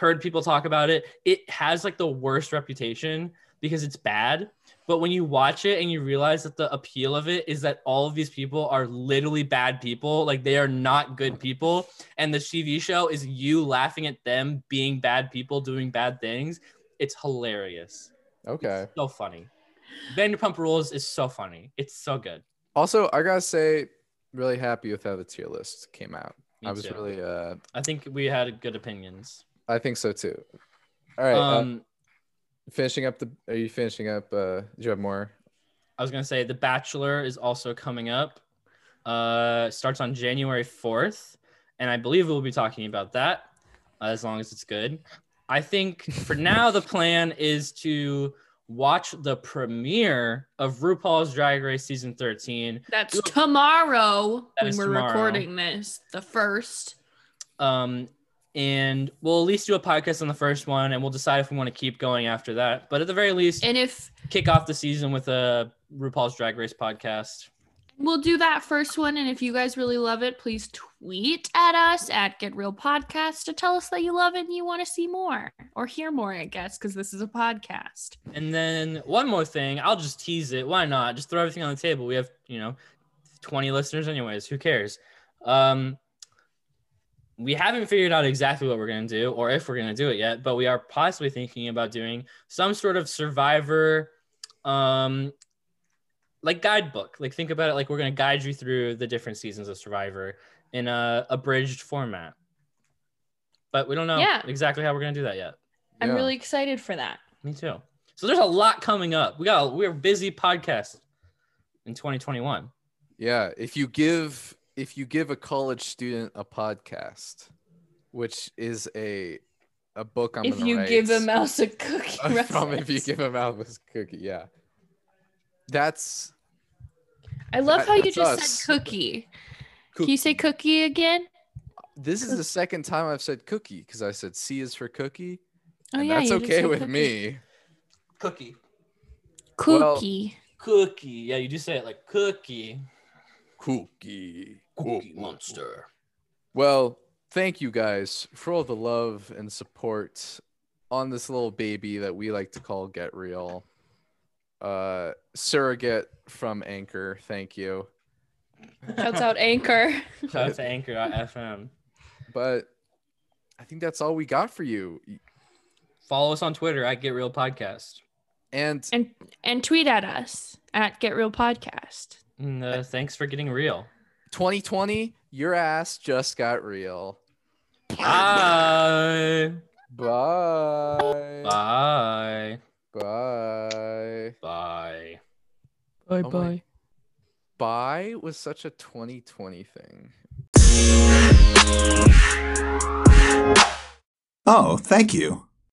Speaker 2: heard people talk about it, it has like the worst reputation because it's bad. But when you watch it and you realize that the appeal of it is that all of these people are literally bad people, like they are not good people, and the TV show is you laughing at them being bad people doing bad things, it's hilarious.
Speaker 3: Okay.
Speaker 2: So funny. Vanderpump Rules is so funny. It's so good.
Speaker 3: Also, I gotta say, really happy with how the tier list came out.
Speaker 2: Me
Speaker 3: I was
Speaker 2: too.
Speaker 3: really. uh
Speaker 2: I think we had good opinions.
Speaker 3: I think so too. All right. uh,
Speaker 2: um,
Speaker 3: finishing up the. Are you finishing up? uh Do you have more?
Speaker 2: I was gonna say The Bachelor is also coming up. Uh, starts on January fourth, and I believe we'll be talking about that uh, as long as it's good. I think for now the plan is to watch the premiere of RuPaul's Drag Race season thirteen.
Speaker 1: That's tomorrow
Speaker 2: That
Speaker 1: when
Speaker 2: is
Speaker 1: we're
Speaker 2: tomorrow.
Speaker 1: recording this, the first.
Speaker 2: Um, and we'll at least do a podcast on the first one, and we'll decide if we want to keep going after that. But at the very least,
Speaker 1: And if
Speaker 2: kick off the season with a RuPaul's Drag Race podcast.
Speaker 1: we'll do that first one, and if you guys really love it, please tweet at us at Get Real Podcast to tell us that you love it and you want to see more or hear more, I guess, because this is a podcast.
Speaker 2: And then one more thing, I'll just tease it. Why not? Just throw everything on the table. We have, you know, 20 listeners anyways. Who cares? Um we haven't figured out exactly what we're going to do or if we're going to do it yet, but we are possibly thinking about doing some sort of survivor um like guidebook. Like think about it like we're going to guide you through the different seasons of Survivor in a abridged format. But we don't know
Speaker 5: Yeah.
Speaker 2: exactly how we're going to do that yet.
Speaker 5: i'm
Speaker 3: Yeah.
Speaker 5: really excited for that
Speaker 2: Me too. So there's a lot coming up. We got we're busy podcast in 2021.
Speaker 3: Yeah, if you give if you give a college student a podcast, which is a a book I'm
Speaker 5: if
Speaker 3: gonna
Speaker 5: you
Speaker 3: write
Speaker 5: give a mouse a cookie
Speaker 3: from if you
Speaker 5: recipe.
Speaker 3: give him Alvis cookie, yeah. That's
Speaker 1: I love
Speaker 3: That-
Speaker 1: how you
Speaker 3: that's
Speaker 1: just
Speaker 3: us.
Speaker 1: said cookie.
Speaker 3: Cook-
Speaker 1: Can you say cookie again?
Speaker 3: this is the second time I've said cookie because I said C is for cookie,
Speaker 1: Oh,
Speaker 3: and
Speaker 1: yeah,
Speaker 3: that's
Speaker 1: you did
Speaker 3: okay
Speaker 1: say
Speaker 3: with
Speaker 1: cookie.
Speaker 3: me.
Speaker 2: Cookie.
Speaker 3: Well-
Speaker 1: Cookie.
Speaker 2: Cookie. Yeah, you do say it like cookie.
Speaker 3: Cookie,
Speaker 2: Cookie monster.
Speaker 3: Well, thank you guys for all the love and support on this little baby that we like to call Get Real. Uh, surrogate from Anchor, thank you.
Speaker 5: shouts out anchor
Speaker 2: Shout out to Anchor.fm.
Speaker 3: But I think that's all we got for you.
Speaker 2: Follow us on Twitter at Get Real Podcast.
Speaker 3: And
Speaker 1: And and tweet at us at Get Real Podcast.
Speaker 2: And, uh, thanks for getting real.
Speaker 3: 2020, your ass just got real.
Speaker 2: Ah. Bye.
Speaker 3: Bye.
Speaker 2: Bye.
Speaker 3: Bye.
Speaker 2: Bye.
Speaker 3: Bye. Bye. Oh Bye was such a 2020 thing.
Speaker 7: Oh, thank you.